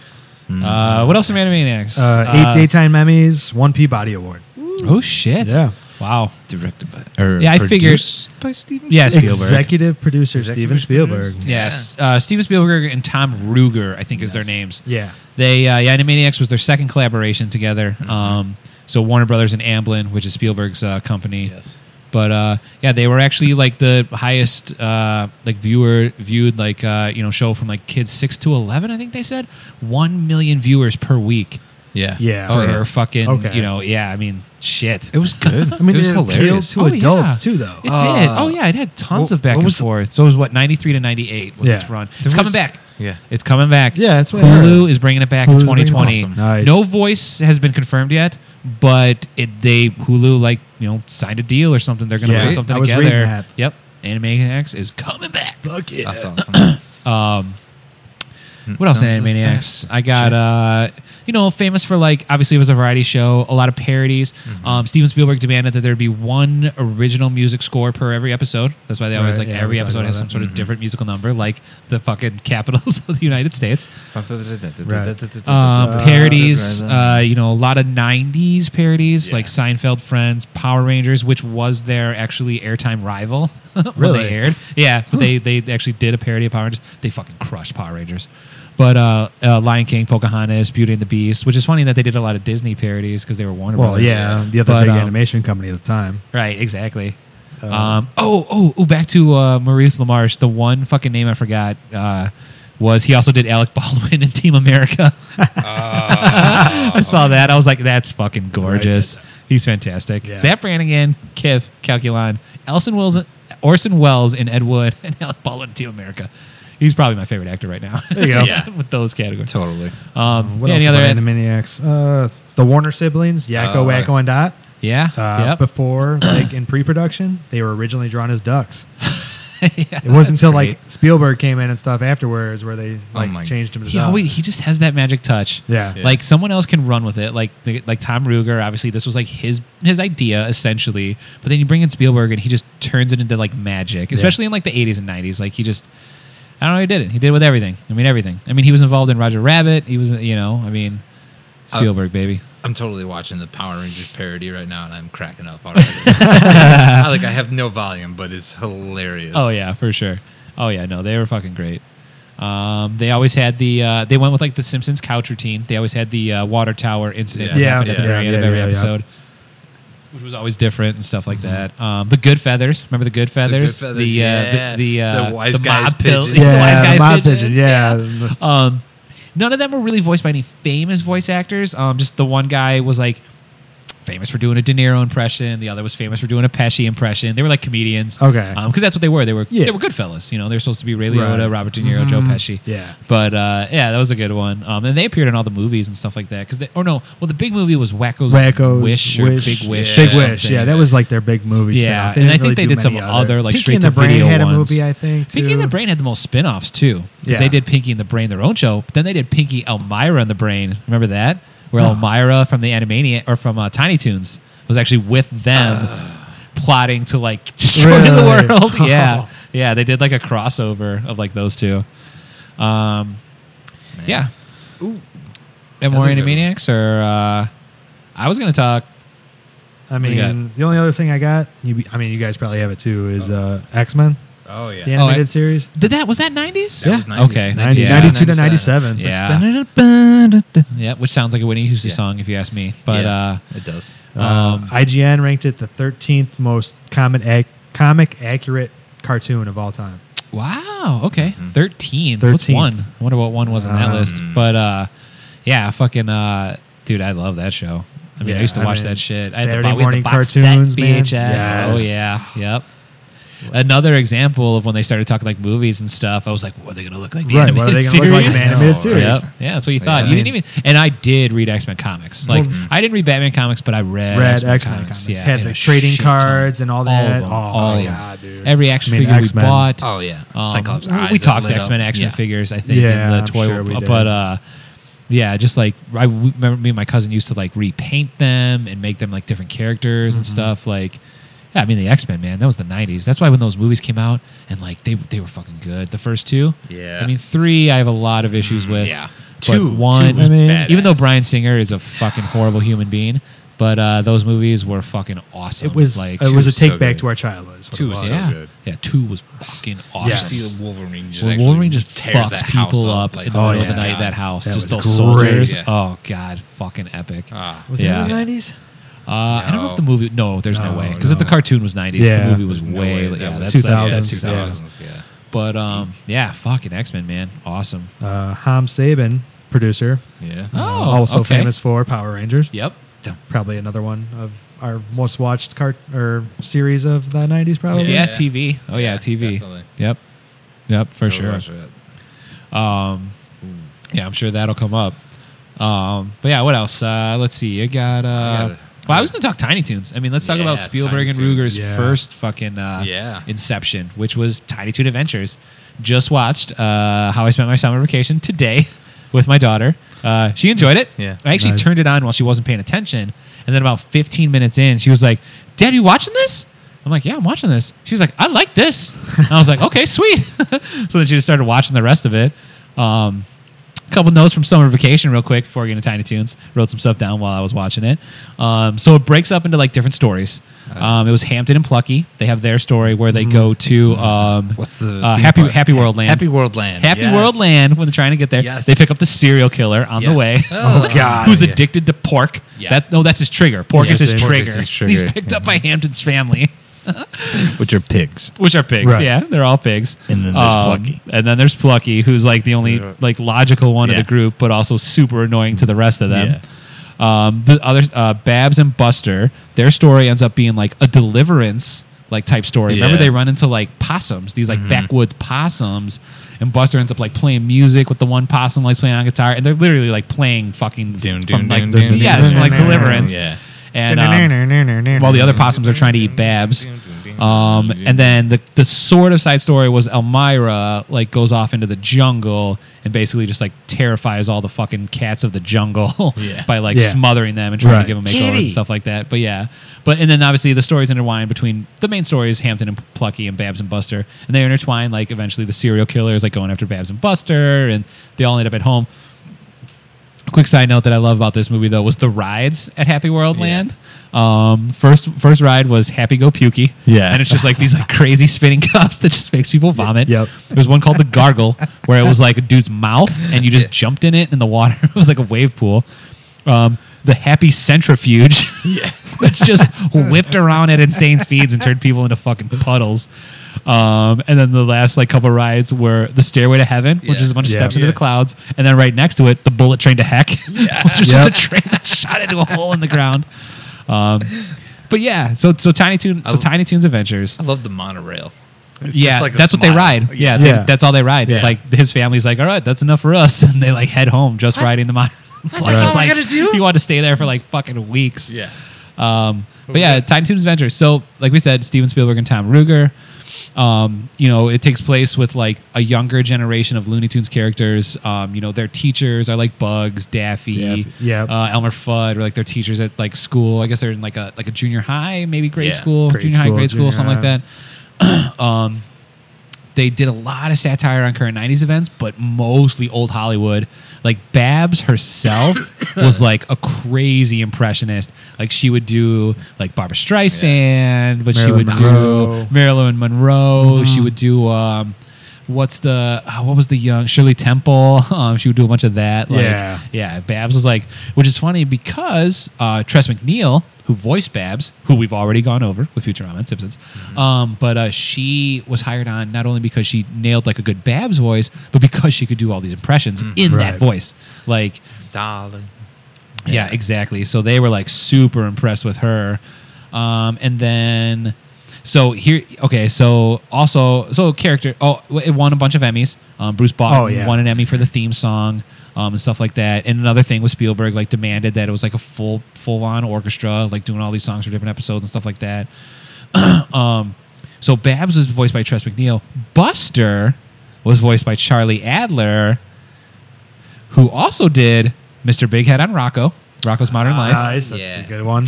uh, what else from Animaniacs? uh, eight daytime Emmys, one Peabody Award. Oh shit! Yeah. Wow. Directed by, or Yeah, I figured- produced by Steven. Yeah, Spielberg. Executive producer Steven Executive Spielberg. producer. Yes, uh, Steven Spielberg and Tom Ruger, I think, is their names. Yeah. They uh, yeah, Animaniacs was their second collaboration together. Mm-hmm. Um, so Warner Brothers and Amblin, which is Spielberg's uh, company. Yes. But uh, yeah, they were actually like the highest uh, like viewer viewed like uh, you know show from like kids six to eleven. I think they said one million viewers per week. Yeah. Yeah. or, Oh, yeah. fucking Okay. you know yeah. I mean shit. It was good. I mean, it was it appealed hilarious. to adults, too, though. Oh, It Uh, did. Oh yeah, it had tons wh- of back what and was- forth. So it was what ninety three to ninety eight was Yeah. its run. was- it's coming back. Yeah. it's coming back. Yeah, that's what I Hulu heard. is bringing it back in Hulu's bringing twenty it back. twenty. Awesome. Nice. No voice has been confirmed yet, but it they Hulu like you know signed a deal or something. They're going to Yeah. put something I was together. reading that. Yep, Animaniacs is coming back. Fuck yeah. *clears throat* That's awesome. Mm, What else in Sounds like Animaniacs? I got uh, you know, famous for like obviously it was a variety show, a lot of parodies. Mm-hmm. Um, Steven Spielberg demanded that there be one original music score per every episode. That's why they always Right, like yeah, we every talked episode about has that. Mm-hmm. some sort of different musical number, like the fucking *laughs* capitals of the United States. Uh, parodies, uh, you know, a lot of '90s parodies like Seinfeld, Friends, Power Rangers, which was their actually airtime rival *laughs* when Really? they aired. Yeah, but they they actually did a parody of Power Rangers. They fucking crushed Power Rangers. But uh, uh, Lion King, Pocahontas, Beauty and the Beast, which is funny that they did a lot of Disney parodies because they were Warner Well, Brothers. yeah, the other But, big um, animation company at the time. Right, exactly. Uh, um, oh, oh, oh, back to uh, Maurice LaMarche. The one fucking name I forgot uh, was he also did Alec *laughs* Baldwin in Team America. *laughs* I saw that. I was like, that's fucking gorgeous. He's fantastic. Yeah. Zap Brannigan, Kiff, Calculon, Elson Wills, Orson Welles in Ed Wood, *laughs* and Alec Baldwin in Team America. He's probably my favorite actor right now. There you go. Yeah. *laughs* With those categories. Totally. Um, What yeah, else any other? about Animaniacs? Uh, the Warner siblings, Yakko, Oh, Wacko, right. and Dot. yeah. Uh, yep. Before, like in pre-production, they were originally drawn as *laughs* ducks. it wasn't until like Spielberg came in and stuff afterwards where they like my- changed him to he duck. always he just has that magic touch. Yeah. Yeah. like someone else can run with it. Like the, like Tom Ruger, obviously this was like his his idea essentially. But then you bring in Spielberg and he just turns it into like magic, especially in like the eighties and nineties. Like he just. I don't know. He did it. He did it with everything. I mean, everything. I mean, he was involved in Roger Rabbit. He was, you know, I mean, Spielberg, baby. I'm totally watching the Power Rangers parody right now, and I'm cracking *laughs* up already. I, like I have no volume, but it's hilarious. Oh yeah, for sure. Oh yeah, no, they were fucking great. Um, they always had the. Uh, they went with like the Simpsons couch routine. They always had the uh, water tower incident that Yeah. happened at the Yeah, very end of yeah, every yeah, yeah. episode, which was always different and stuff like Mm-hmm. that. Um, the good feathers. Remember the good feathers? feathers, the yeah. uh, the, the, uh, The wise guy's mob pill- pigeon. the yeah, wise guy the mob pigeons, pigeon, yeah. The- um, none of them were really voiced by any famous voice actors. Um, just the one guy was like famous for doing a De Niro impression. The other was famous for doing a Pesci impression. They were like comedians. Okay. because that's what they were. They were Yeah. they were good fellas. You know, they were supposed to be Ray Right. Mm-hmm. Liotta, Robert De Niro, Joe Pesci. Yeah. But uh, yeah, that was a good one. Um, and they appeared in all the movies and stuff like that. Because or no, well, the big movie was Wacko's Wacko's Wish or Big Wish, Big or Wish. something. Yeah, that was like their big movie. Yeah, spin-off. They and I didn't think they do did some many other, like, Pinky and the straight-to-video Brain had a ones. movie, I think. Too. Pinky and the Brain had the most spin-offs too. 'Cause Yeah. They did Pinky and the Brain their own show, but then they did Pinky Elmira and the Brain. Remember that? Where Elmira from the Animania or from uh, Tiny Toons was actually with them Uh. plotting to like *laughs* destroy the Really? world. *laughs* yeah. Yeah, they did like a crossover of like those two. Um yeah. And more Another good one. Animaniacs or uh I was going to talk I do you mean, the only other thing I got, you, I mean, you guys probably have it too, is uh, X Men. Oh yeah. The animated Oh, I- series. Did that was that nineties? That was 90s. Okay. 90, yeah. 92 to 97. 97. Yeah. Yeah, which sounds like a Whitney Houston Yeah. song if you ask me. But Yeah, it does. uh, um, IGN ranked it the 13th most common ac- comic accurate cartoon of all time. wow. Okay. Thirteen. What's 13th. one? I wonder what one was on that Um, list. But uh, yeah, fucking uh, dude, I love that show. I mean, I Yeah, used to I watch mean, that shit. I had the Saturday bo- we had the morning box cartoons, set, man. VHS. Oh Yes. yeah. Yep. Another example of when they started talking like movies and stuff. I was like, "What are they going to look like?" The Right, what are animated they gonna look like in series? the animated Oh, series? *laughs* Yep. Yeah, that's what you thought. Yeah. you didn't even, and I did read X Men comics. Like I didn't read Batman comics, but I read, Red mm-hmm. X-Men comics. Yeah, Had and the a trading shit ton. cards and all of that. them. Oh, All my of them. God, dude. Every action I mean, figure X-Men. we bought. Oh yeah. um, Cyclops. we- eyes we that talked lit up. X Men action Yeah. figures. I think Yeah, in I'm the toy, sure we did. but uh, yeah, just like I we- remember, me and my cousin used to like repaint them and make them like different characters Mm-hmm. and stuff. Like, yeah, I mean the X Men, man, that was the '90s. That's why when those movies came out and like they they were fucking good. The first two, Yeah. Mm, I mean three, I have a lot of issues with. yeah. but Two- one, two I was mean- badass. even though Brian Singer is a fucking horrible human being, but uh, those movies were fucking awesome. It was like it was a was so take back good. to our childhood. is what it Two was was. so yeah, good. yeah, two was fucking awesome. Yes. See the Wolverine just Well, actually Wolverine just tears that fucks house people up in the Oh, middle of the yeah. night. God. That house, That just was those great. soldiers. Yeah. Oh god, fucking epic. Uh, Ah. Was Yeah. that in the nineties? I don't know if the No. movie. No, there's no, No, way because if the no. cartoon was 90s, Yeah. the movie was No way. way, yeah, that was that's, 2000s, that's, yeah. that's 2000s. Yeah. But um, yeah, fucking X Men, man, awesome. Uh, Ham Sabin, producer, Yeah. Oh, also okay. famous for Power Rangers. Yep. Probably another one of our most watched cart or series of the nineties. Yeah, Probably. Yeah. TV. Oh yeah, Yeah, TV. definitely. Yep. Yep, for sure. sure. Um, yeah, I'm sure that'll come up. Um, but yeah, what else? Uh, let's see. You got. Uh, gotta- well, I was going to talk Tiny Toons. I mean, let's talk Yeah, about Spielberg Tiny and Toons. Ruger's Yeah. first fucking uh, Yeah. Inception, which was Tiny Toon Adventures. Just watched uh, how I spent my summer vacation today *laughs* with my daughter. Uh, she enjoyed it. Yeah. I actually Nice. turned it on while she wasn't paying attention, and then about 15 minutes in, she was like, "Dad, you watching this?" I'm like, "Yeah, I'm watching this." She's like, "I like this." And I was like, "Okay, sweet." *laughs* so then she just started watching the rest of it. Um, couple notes from summer vacation real quick before getting to Tiny Toons. Wrote some stuff down while I was watching it. Um, so it breaks up into like different stories. Um, it was Hampton and Plucky. They have their story where they go to um, Mm-hmm. What's the uh, theme Happy park? Happy World Land. Happy World Land. Happy Yes. World Land when they're trying to get there. Yes. They pick up the serial killer on Yeah. the way. *laughs* Oh, God. Who's Yeah. addicted to pork. Yeah. That no, that's his trigger. Pork Yes, is his it is. Pork trigger. is his And *laughs* He's trigger. picked up by Hampton's family *laughs* Which are pigs. which are pigs. Right. Yeah, they're all pigs. Um, And then there's Plucky. And then there's Plucky, who's like the only like logical one Yeah. of the group, but also super annoying to the rest of them. Um, the other uh, Babs and Buster, their story ends up being like a deliverance like type story. Remember Yeah. Mm-hmm. they run into like possums, these like backwoods possums, and Buster ends up like playing music with the one possum like playing on guitar, and they're literally like playing fucking Dun, from dun, like dun, dun, yes, dun, from, like dun, dun, deliverance. Yeah. And um, while the other possums are trying to eat Babs. Um, and then the, the sort of side story was Elmira like goes off into the jungle and basically just like terrifies all the fucking cats of the jungle *laughs* Yeah. by like Yeah. smothering them and trying Right. to give them makeovers Kitty. and stuff like that. But yeah, but and then obviously the stories intertwine between the main story is Hampton and Plucky and Babs and Buster, and they intertwine like eventually the serial killer is like going after Babs and Buster, and they all end up at home. Quick side note that I love about this movie though was the rides at Happy World Yeah. Land. Um, first first ride was Happy Go Pukey. Yeah. and it's just like these like crazy spinning *laughs* cups that just makes people vomit. Yep. There was one called the Gargle where it was like a dude's mouth and you just jumped in it in the water. *laughs* It was like a wave pool. Um, the Happy Centrifuge. *laughs* Yeah, which just whipped around at insane speeds and turned people into fucking puddles. Um, and then the last like couple rides were the Stairway to Heaven, which Yeah. is a bunch of Yeah. steps into Yeah. the clouds, and then right next to it, the Bullet Train to Heck, *laughs* which is just a Yep. train that shot into a hole in the ground. Um, but yeah, so so Tiny Toon, so I- Tiny Toon's Adventures. I love the monorail. It's yeah, just like a that's what they smile. ride. Yeah. Yeah, They, that's all they ride. Yeah. Like his family's like, all right, that's enough for us, *laughs* and they like head home just riding the monorail. *laughs* all It's I like, gotta do? You want to stay there for like fucking weeks. Yeah. Um, but yeah, Tiny Toons Adventure. So, like we said, Steven Spielberg and Tom Ruger. Um, you know, it takes place with like a younger generation of Looney Tunes characters. Um, you know, their teachers are like Bugs, Daffy, Daffy, yep. uh, Elmer Fudd, or like their teachers at like school. I guess they're in like a like a junior high, maybe grade Yeah. school, Grade junior high, school, grade junior school, something like high. that. um, They did a lot of satire on current 90s events, but mostly old Hollywood. Like Babs herself was like a crazy impressionist. Like she would do like Barbara Streisand, but she Marilyn would Monroe. Mm-hmm. do Marilyn Monroe. She would do um, what's the uh, what was the young Shirley Temple? *laughs* Um, she would do a bunch of that. Like, Yeah. yeah. Babs was like, which is funny because uh, Tress McNeil, who voiced Babs, who we've already gone over with Futurama and Simpsons, um, but uh, she was hired on not only because she nailed like a good Babs voice, but because she could do all these impressions in Right. that voice, like. Darling. Yeah, exactly. So they were like super impressed with her. Um, and then, so here, okay, so also, so character, oh, it won a bunch of Emmys. Um, Bruce Boughton Oh, yeah. won an Emmy for the theme song um, and stuff like that. And another thing was Spielberg like demanded that it was like a full, full on orchestra, like doing all these songs for different episodes and stuff like that. So Babs was voiced by Tress McNeil. Buster was voiced by Charlie Adler, who also did Mr. Big Head on Rocco, Rocco's Modern Ah, Life. Nice. That's Yeah. a good one.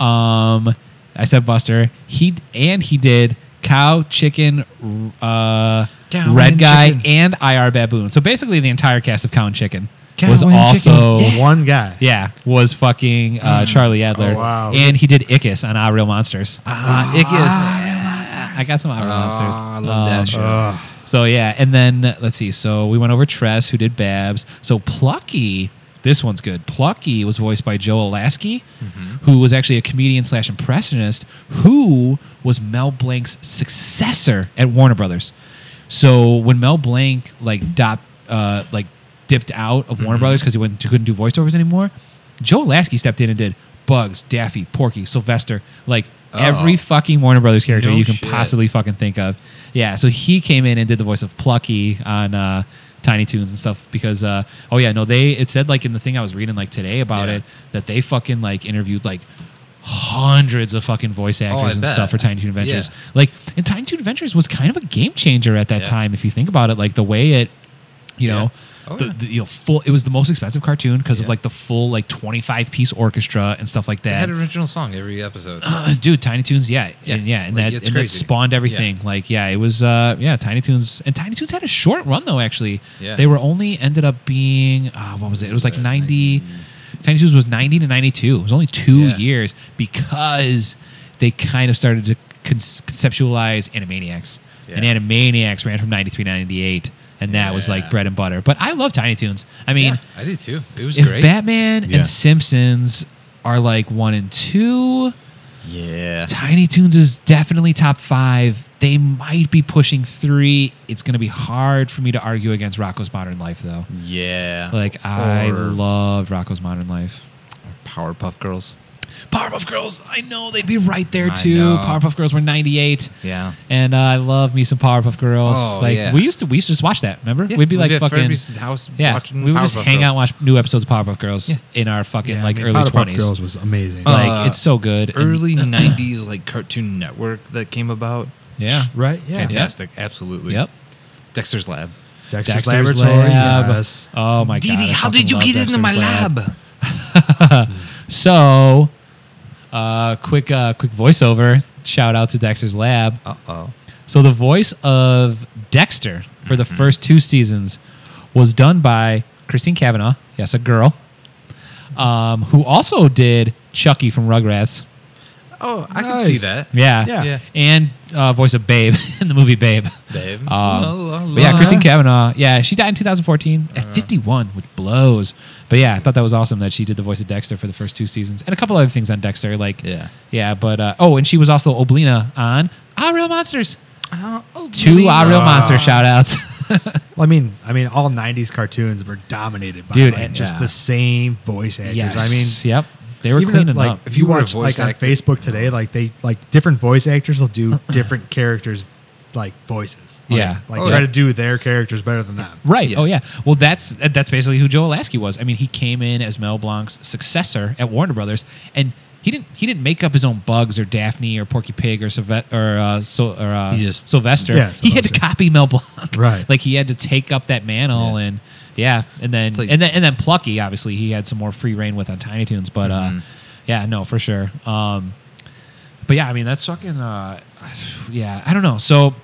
Um, I said Buster. He and he did Cow, Chicken, uh, Cow Red and Guy, Chicken. and IR Baboon. So basically, the entire cast of Cow and Chicken Cow was and also Chicken, Mm. One guy. Oh. yeah was fucking uh, Charlie Adler. Oh, wow. And he did Ickis on Ah Real Monsters. Ah, Ickis. I got some Ah Real Monsters. Ah, I love that Um, show. Ugh. So yeah, and then uh, let's see. So we went over Tress, who did Babs. So Plucky, this one's good. Plucky was voiced by Joe Alasky, who was actually a comedian slash impressionist, who was Mel Blanc's successor at Warner Brothers. So when Mel Blanc like dop, uh, like dipped out of Warner Brothers because he wouldn't, couldn't do voiceovers anymore, Joe Alasky stepped in and did Bugs, Daffy, Porky, Sylvester, like every fucking Warner Brothers character No you can shit. possibly possibly fucking think of. Yeah, so he came in and did the voice of Plucky on uh, Tiny Toons and stuff because uh, oh yeah, no, they it said like in the thing I was reading like today about Yeah. it that they fucking like interviewed like hundreds of fucking voice actors and Oh, bet. stuff for Tiny Toon Adventures. Yeah. Like and Tiny Toon Adventures was kind of a game changer at that Yeah. time if you think about it. Like the way it, you know. Oh, the, yeah. the, you know, full. It was the most expensive cartoon because of Yeah. like the full like twenty five piece orchestra and stuff like They that had original song every episode. Uh, dude tiny toons yeah yeah and, yeah, and Like, that it's and that crazy. spawned everything Yeah. like yeah it was uh yeah tiny toons and tiny toons had a short run though actually Yeah. they were only ended up being uh, what was it it was like Uh, 90 tiny toons was 90 to 92 it was only two Yeah. years because they kind of started to con- conceptualize animaniacs and Yeah. animaniacs ran from 93 to 98 and that was like Yeah. bread and butter but i love tiny toons i mean Yeah, I did too. It was if great. batman Yeah. and simpsons are like one and two yeah. Tiny Toons is definitely top five. They might be pushing three. It's going to be hard for me to argue against Rocco's Modern Life, though. Yeah. Like, I Or- loved Rocco's Modern Life. Powerpuff Girls. Powerpuff Girls, I know they'd be right there, I too. know. Powerpuff Girls were 98. Yeah. And uh, I love me some Powerpuff Girls. Oh, like yeah. we used to, we used to just watch that. Remember, we'd be like at fucking, Furby's house yeah. watching we would just Powerpuff hang Girls. out, and watch new episodes of Powerpuff Girls Yeah. in our fucking Yeah, I like mean, early Powderpuff twenties. Oh. Girls was amazing. Like Uh, it's so good. And- early '90s like Cartoon Network that came about. yeah, right? Yeah. Fantastic, absolutely. yep. Dexter's Lab. Dexter's, Dexter's Laboratory. Lab. Yes. Oh my god! Didi, I how fucking did you love get Dexter's into my lab? So, uh, quick, uh, quick voiceover. Shout out to Dexter's Lab. Uh oh. So the voice of Dexter for Mm-hmm. the first two seasons was done by Christine Cavanaugh. Yes, a girl. Um, who also did Chucky from Rugrats. Oh, I can Nice. see that. Yeah. Yeah. Yeah. And uh, voice of Babe *laughs* in the movie Babe. Babe. Um, La, la, But yeah, la. Christine Cavanaugh. Yeah, she died in 2014 Uh-huh. at 51, which blows. But yeah, I thought that was awesome that she did the voice of Dexter for the first two seasons and a couple other things on Dexter. Like, Yeah. yeah. But uh, oh, and she was also Oblina on Ah Real Monsters. Oh, oh, Two Ah Real Uh, Wow. Monster shout outs. Well, I mean, I mean, all '90s cartoons were dominated by Dude, like, and- just yeah. the same voice actors. yes. I mean, yep. They were even cleaning if, like up. if you, You were a watch voice like on actor. Facebook today, like they like different voice actors will *clears throat* do different characters, like voices. Like, Yeah. like Oh, try yeah. to do their characters better than them. Right. Yeah. Oh yeah. Well, that's that's basically who Joe Alasky was. I mean, he came in as Mel Blanc's successor at Warner Brothers, and he didn't he didn't make up his own Bugs or Daphne or Porky Pig or Sylve- or, uh, Syl- or uh, He just- Sylvester. Yeah, he had to Sylvester. copy Mel Blanc. Right. *laughs* Like he had to take up that mantle Yeah. and yeah, and then, It's like- and then and then Plucky obviously he had some more free reign with on Tiny Toons, but Mm-hmm. uh, yeah, no, for sure. *sighs* Um, but yeah, I mean that's fucking uh, yeah. I don't know. So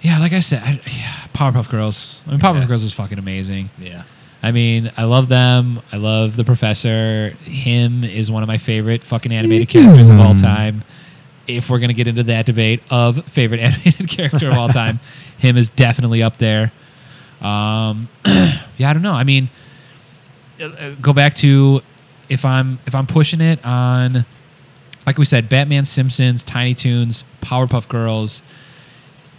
yeah, like I said, I, yeah, Powerpuff Girls. I mean, Powerpuff Girls is fucking amazing. Yeah. I mean, I love them. I love the professor. Him is one of my favorite fucking animated characters of all time. If we're gonna get into that debate of favorite *laughs* animated character of all time, him is definitely up there. Um, *clears throat* yeah, I don't know. I mean, uh, uh, go back to if I'm if I'm pushing it on, like we said, Batman, Simpsons, Tiny Toons, Powerpuff Girls.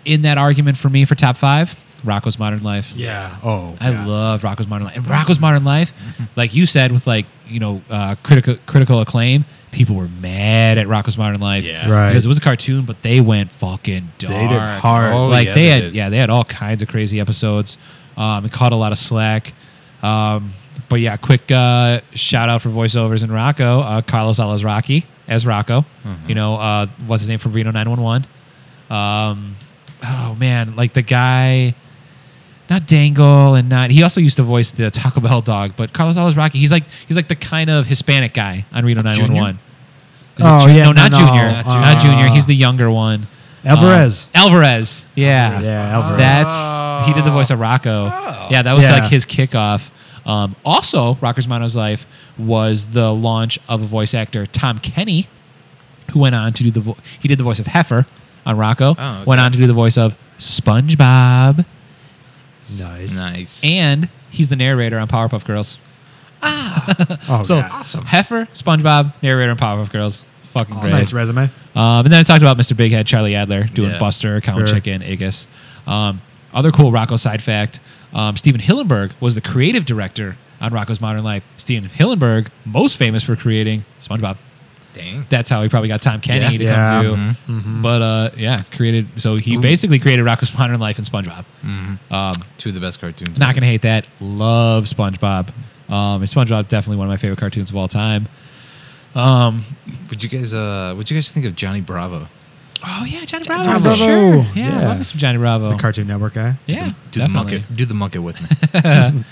In that argument for me for top five, Rocco's Modern Life. Yeah. Oh, I yeah. love Rocco's Modern Life. And Rocco's Modern Life, like you said, with like you know uh, critical critical acclaim, people were mad at Rocco's Modern Life, Yeah. Right. Because it was a cartoon, but they went fucking dark. did hard. Oh, like yeah, they they had, did. yeah, they had all kinds of crazy episodes. Um, it caught a lot of slack. Um, but yeah, quick uh, shout out for voiceovers in Rocco, uh, Carlos Alazraki as Rocco. You know, uh, what's his name from Reno Nine One One? Um, oh man, like the guy not Dangle and not he also used to voice the Taco Bell dog, but Carlos Alvarez Rocky, he's like he's like the kind of Hispanic guy on Reno nine one one. Oh, yeah, no, not no, no. Junior. Not, Junior. not Uh, Junior. He's the younger one. Alvarez. Um, Alvarez. Yeah. yeah, Alvarez. That's he did the voice of Rocco. Yeah, that was Yeah. like his kickoff. Um, also, Rockers Mono's Life was the launch of a voice actor, Tom Kenny, who went on to do the vo- he did the voice of Heifer on Rocco. Oh, okay. Went on to do the voice of SpongeBob nice. Nice. and he's the narrator on Powerpuff Girls. Oh, so yeah. Heifer, SpongeBob, narrator on Powerpuff Girls. Fucking That's a great. nice resume. Um, and then I talked about Mr. Big Head, Charlie Adler doing Yeah. Buster, Count Sure. Chicken, Igus. Um, other cool Rocco side fact: um, Steven Hillenberg was the creative director on Rocco's Modern Life. Steven Hillenberg, most famous for creating SpongeBob. Dang. That's how he probably got Tom Kenny Yeah. to Yeah. come to. But uh, yeah, created. So he basically created Rocco's Modern Life and SpongeBob. Um, Two of the best cartoons. not gonna hate that. Love SpongeBob. Um, and SpongeBob definitely one of my favorite cartoons of all time. Would you guys? Uh, would you guys think of Johnny Bravo? Oh yeah, Johnny Bravo. Bravo. Sure. Yeah, Yeah. love me some Johnny Bravo. He's a Cartoon Network guy. yeah, Do definitely. the monkey. Do the monkey with me.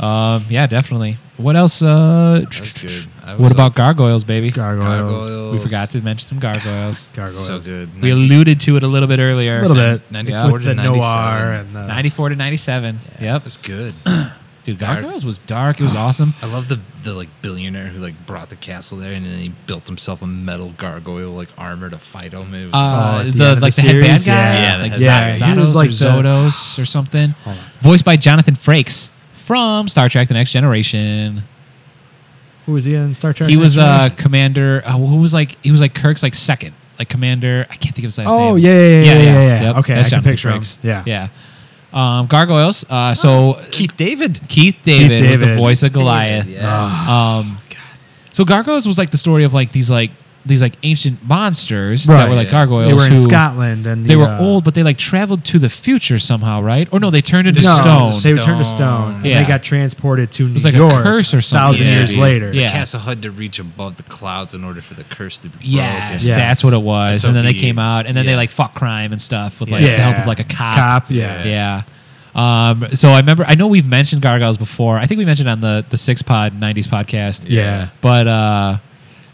Um, yeah, definitely. What else? Uh, *laughs* That's good. I was what about gargoyles, baby? Gargoyles. Gargoyles. We forgot to mention some gargoyles. Gargoyles. So good. We alluded to it a little bit earlier. A little bit. 94 With to the noir 97. and the. Ninety-four to ninety-seven. Yep. That was good. *clears throat* Dude, dark. gargoyles was dark. It was Ah. awesome. I love the the like billionaire who like brought the castle there and then he built himself a metal gargoyle like armor to fight him. It was uh, Oh, at the, the end of like the, the headband series, guy, yeah. Yeah, like the yeah, headband guy. Yeah, he was like like or the- Zodos or something, Hold on. voiced by Jonathan Frakes from Star Trek: The Next Generation. Who was he in Star Trek? he was Next uh, Generation? commander. Uh, who was like he was like Kirk's like second, like commander. I can't think of his last name. Oh, yeah, yeah, yeah, yeah, yeah, yeah. Okay, That's I can Jonathan picture him. Frakes. Yeah. yeah. Um, Gargoyles. Uh, so Keith David. Keith David, was the David. voice of Goliath. Yeah. Um, so Gargoyles was like the story of like these like these like ancient monsters that Right, were like yeah. gargoyles. They were in who- Scotland and they the, were uh, old, but they like traveled to the future somehow, right? Or no, they turned into No, stone. They were turned to Stone. stone. and Yeah. They got transported to New was like a York. curse or something. Thousand Yeah, years dude. later. Yeah. The castle had to reach above the clouds in order for the curse to be yes, Yeah. broken. that's what it was. So and then they be- came out, and then they yeah. like fought crime and stuff with like the help of like a cop. Cop. Yeah. Yeah. Um, so I remember. I know we've mentioned Gargoyles before. I think we mentioned on the the Six Pod '90s podcast. Yeah. But uh,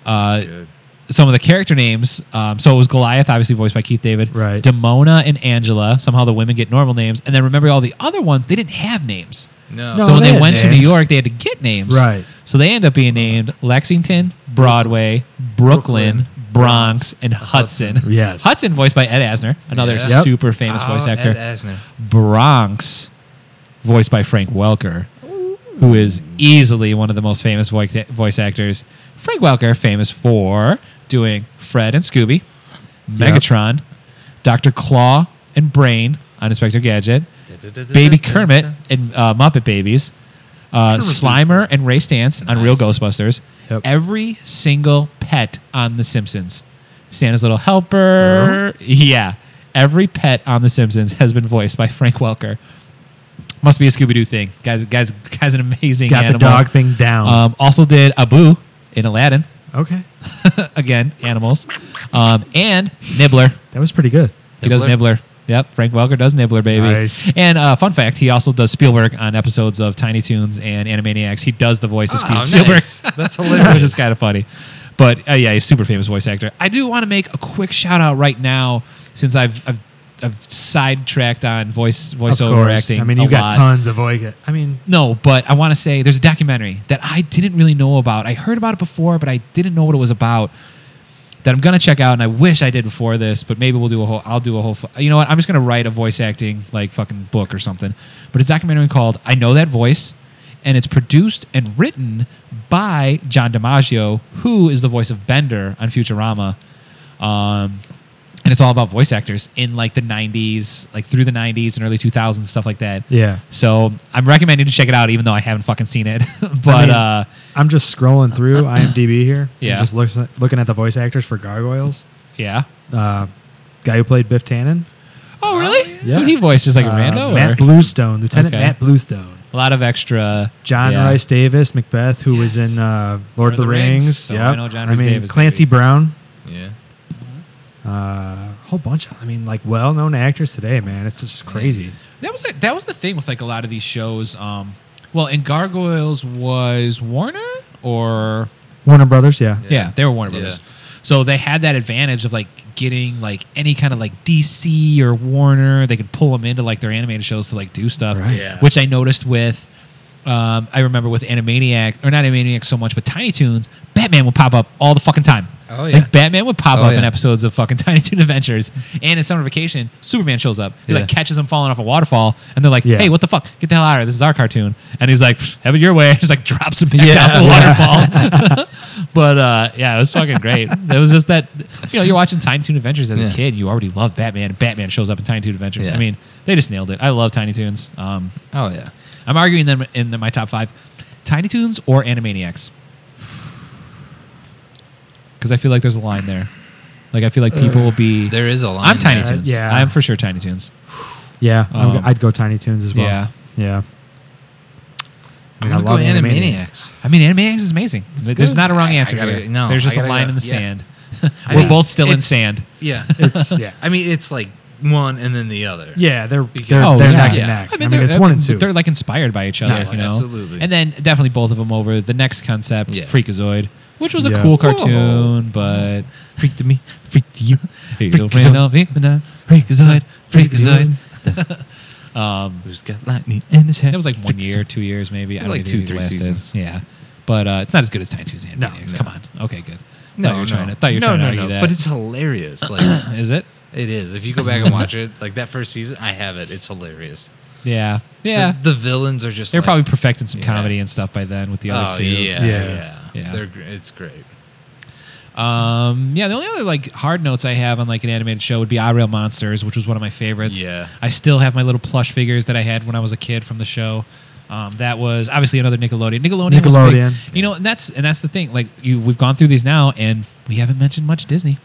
uh, Good. some of the character names. Um, so it was Goliath, obviously voiced by Keith David. Right. Demona and Angela. Somehow the women get normal names, and then remember all the other ones. They didn't have names. No. No. so when they, had went to New names. York, they had to get names. Right. So they end up being named Lexington, Broadway, Brooklyn, Bronx, and Hudson. Yes. Hudson, voiced by Ed Asner, another Yeah. Yep. super famous voice Oh, actor. Ed Asner. Bronx, voiced by Frank Welker, who is easily one of the most famous voice, voice actors. Frank Welker, famous for doing Fred and Scooby, Megatron, Dr. Claw and Brain on Inspector Gadget, Baby Kermit and uh, Muppet Babies, uh, Slimer and Ray Stance on Real Nice. Ghostbusters, Yep. every single pet on The Simpsons, Santa's Little Helper, yeah, every pet on The Simpsons has been voiced by Frank Welker. Must be a Scooby Doo thing, guys. Guys, guys, an amazing Got animal. the dog thing down. Um, also did Abu in Aladdin. okay. Again, animals, um, and Nibbler. That was pretty good. He does Nibbler? Nibbler. Yep, Frank Welker does Nibbler, baby. Nice. And uh, fun fact, he also does Spielberg on episodes of Tiny Toons and Animaniacs. He does the voice of Steve Oh, Spielberg, nice. *laughs* That's which hilarious. is kind of funny. But uh, yeah, he's a super famous voice actor. I do want to make a quick shout out right now, since I've, I've I've sidetracked on voice voiceover acting. I mean, a you got lot. tons of voice. I mean, No, but I want to say there's a documentary that I didn't really know about. I heard about it before, but I didn't know what it was about. That I'm gonna check out, and I wish I did before this, but maybe we'll do a whole. I'll do a whole. fu- You know what? I'm just gonna write a voice acting like fucking book or something. But it's a documentary called "I Know That Voice," and it's produced and written by John DiMaggio, who is the voice of Bender on Futurama. Um, and it's all about voice actors in like the 90s, like through the 90s and early 2000s, stuff like that. yeah. So I'm recommending to check it out, even though I haven't fucking seen it. *laughs* but I mean, uh, I'm just scrolling *coughs* through IMDb here. and Yeah. just looks, looking at the voice actors for Gargoyles. yeah. Uh, guy who played Biff Tannen. Oh really? Yeah. Who he voiced just like a Uh, rando? or? Matt Bluestone, Lieutenant Okay. Matt Bluestone. a lot of extra. John yeah. Rice Davis, Macbeth, who was Yes. in uh, Lord of the, Rings. so Yep. Oh, I know John Rhys mean, Davies is Clancy great. Brown. Yeah. A whole bunch of, I mean, like well known actors today, man. It's just crazy. That was that was the thing with like a lot of these shows. Um, well, and Gargoyles was Warner or Warner Brothers, yeah. yeah, they were Warner Brothers. So they had that advantage of like getting like any kind of like DC or Warner. They could pull them into like their animated shows to like do stuff, Right. Yeah. which I noticed with. Um, I remember with Animaniac, or not Animaniac so much, but Tiny Toons, Batman would pop up all the fucking time. Oh, yeah. Like Batman would pop Oh, up in yeah. episodes of fucking *laughs* Tiny Toon Adventures, and in Summer Vacation, Superman shows up. He Yeah. like catches him falling off a waterfall, and they're like, Yeah. "Hey, what the fuck? Get the hell out of here! This is our cartoon." And he's like, "Pfft, "Have it your way." *laughs* Just like drops him back Yeah. down the waterfall. But uh, yeah, it was fucking *laughs* great. it was just that you know you're watching Tiny Toon Adventures as Yeah. a kid. You already love Batman. Batman shows up in Tiny Toon Adventures. Yeah. I mean, they just nailed it. I love Tiny Toons. Um, Oh yeah. I'm arguing them in my top five: Tiny Toons or Animaniacs, because I feel like there's a line there. Like I feel like people will be. There is a line. I'm Tiny there. Toons. yeah. I'm for sure Tiny Toons. Yeah. I'm Um, go- I'd go Tiny Toons as well. yeah. Yeah. I mean, I'm I love gonna go Animaniacs. Animaniacs. I mean, Animaniacs is amazing. there's good. not a wrong I- I answer gotta- here. no, there's just I a gotta line go- in the yeah. *laughs* sand. I We're mean, both still in it's- sand. *laughs* Yeah. It's yeah. I mean, it's like one and then the other. Yeah, they're Because- they're, Oh, they're yeah. neck and Yeah. neck. I mean, they're- it's one and two. They're like inspired by each other, Yeah, you know. absolutely. And then definitely both of them over the next concept, Yeah. Freakazoid, which was Yeah. a cool cartoon, but freaked me, freaked you. Hey, don't Freakazoid. know me, but not Freakazoid, Freakazoid. Who's got lightning in his head? That was like one year, two years, maybe. I was don't like think two, it three lasted. seasons. Yeah, but uh, it's not as good as Tiny Toons and No, Animaniacs. no. Come on, okay, good. No, thought you were no. trying to. Thought you were no, trying no, to argue no. that. But it's hilarious. Like *coughs* is it? it is. If you go back and watch it, like that first season, I have it. It's hilarious. Yeah, The- yeah. The, villains are just. They're like- probably perfecting some Yeah. comedy and stuff by then with the other oh, two. Yeah, Yeah. yeah, Yeah. They're gr- it's great. Um, yeah, the only other like hard notes I have on like an animated show would be I Rail Monsters, which was one of my favorites. Yeah. I still have my little plush figures that I had when I was a kid from the show. Um, that was obviously another Nickelodeon. Nickelodeon. was Nickelodeon. big. You know, and that's and that's the thing. Like you, we've gone through these now, and we haven't mentioned much Disney.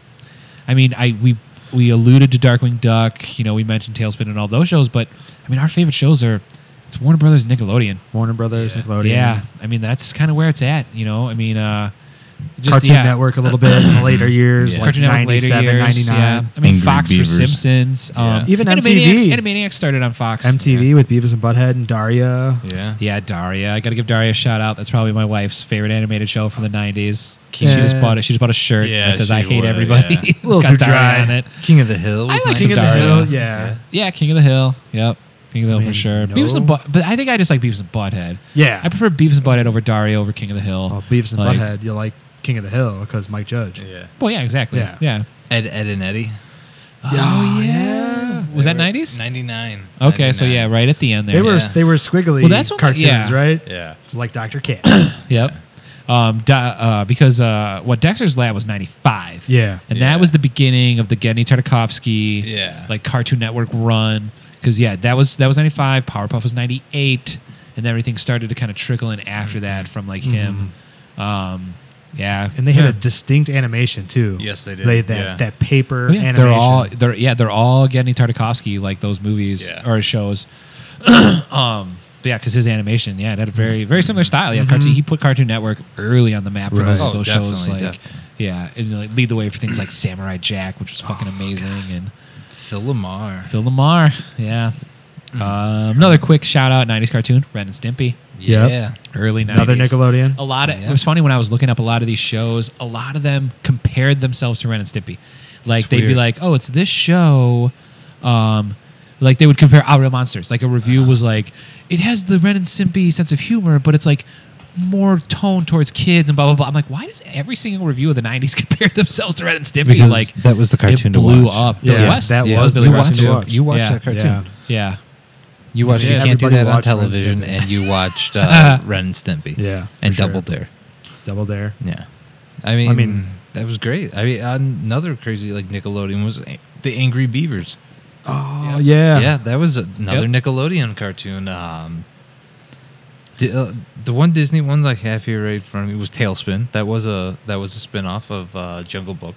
I mean, I we we alluded to Darkwing Duck. You know, we mentioned Tailspin and all those shows, but I mean, our favorite shows are it's Warner Brothers, Nickelodeon. Warner Brothers, Yeah. Nickelodeon, Yeah, I mean that's kind of where it's at. You know, I mean, uh, just Cartoon yeah. Network a little bit *clears throat* in the later years, Yeah. like Cartoon Network later 97, years. 99. Yeah. I mean, Angry Fox Beavers. for Simpsons. Um, Yeah. Even Animaniacs, MTV. Animaniacs started on Fox. MTV with Beavis and Butthead and Daria. Yeah. Yeah, Daria. I got to give Daria a shout out. That's probably my wife's favorite animated show from the '90s. Yeah. She just bought it. She just bought a shirt Yeah, that says she "I hate would, everybody." yeah. *laughs* It's Little got too Daria dry. on it. King of the Hill. I was like nice. King of the Daria. Hill, yeah. Yeah, King of the Hill. Yep, King of the Hill mean, for sure. no. Beavis and Butt, but I think I just like Beavis and Butthead. Yeah. I prefer Beavis and Butthead over Daria over King of the Hill. Well, Oh, Beavis and Like- Butthead, you like King of the Hill because Mike Judge. Yeah. Well, yeah, exactly. Yeah. yeah. Ed, Ed, and Eddie. Oh, yeah. Was that They were- '90s? Ninety nine. Okay, so yeah, right at the end there. They were Yeah. they were squiggly Well, that's what- cartoons, yeah. right? Yeah. It's like Dr. Cat. Yep. Um, da, uh, because uh, what Dexter's Lab was '95. yeah. And Yeah. that was the beginning of the Genny Tartakovsky, Yeah. like Cartoon Network run. Because yeah, that was that was '95. Powerpuff was '98, and everything started to kind of trickle in after that from like him. Um, *coughs* yeah, Mm-hmm. And they had a distinct animation too. Yes, they did. They that, Yeah. that paper Oh, yeah. animation. They're all they're yeah they're all Genny Tartakovsky like those movies Yeah. or shows. *clears throat* um, but yeah, because his animation, yeah, it had a very very similar style. Yeah, cartoon, he put Cartoon Network early on the map for Right. those, Oh, those shows. definitely, Like, definitely. Oh, yeah, and like, lead the way for things like Samurai Jack, which was fucking amazing, and Phil Lamar. Phil Lamar. Yeah, Mm-hmm. um, another quick shout out '90s cartoon, Ren and Stimpy, Yep. Yeah. early '90s. another Nickelodeon. A lot of it was funny when I was looking up a lot of these shows. A lot of them compared themselves to Ren and Stimpy. Like It's they'd be weird. like, "Oh, it's this show Um, like they would compare Out Real Monsters. Like a review Uh-huh. was like, it has the Ren and Stimpy sense of humor, but it's like more toned towards kids and blah blah blah. I'm like, why does every single review of the '90s *laughs* compare themselves to Ren and Stimpy? Because like that was the cartoon It to blew watch. up. Billy Yeah, West. that Yeah, was Billy you West watched to it. watch. You watched Yeah. that cartoon. Yeah. Yeah. You watched. Yeah, you can't do everybody that on watched Ren and television, Stimpy. and you watched *laughs* uh, Ren and Stimpy. Yeah, and for sure. Double Dare. Double Dare. Yeah, I mean, mean- that was great. I mean, another crazy like Nickelodeon was the Angry Beavers. Oh yeah, Yeah, that was another Nickelodeon cartoon. Um, the, uh, the one Disney one I have here right in front of me was Tailspin. That was a that was a spin off of uh, Jungle Book.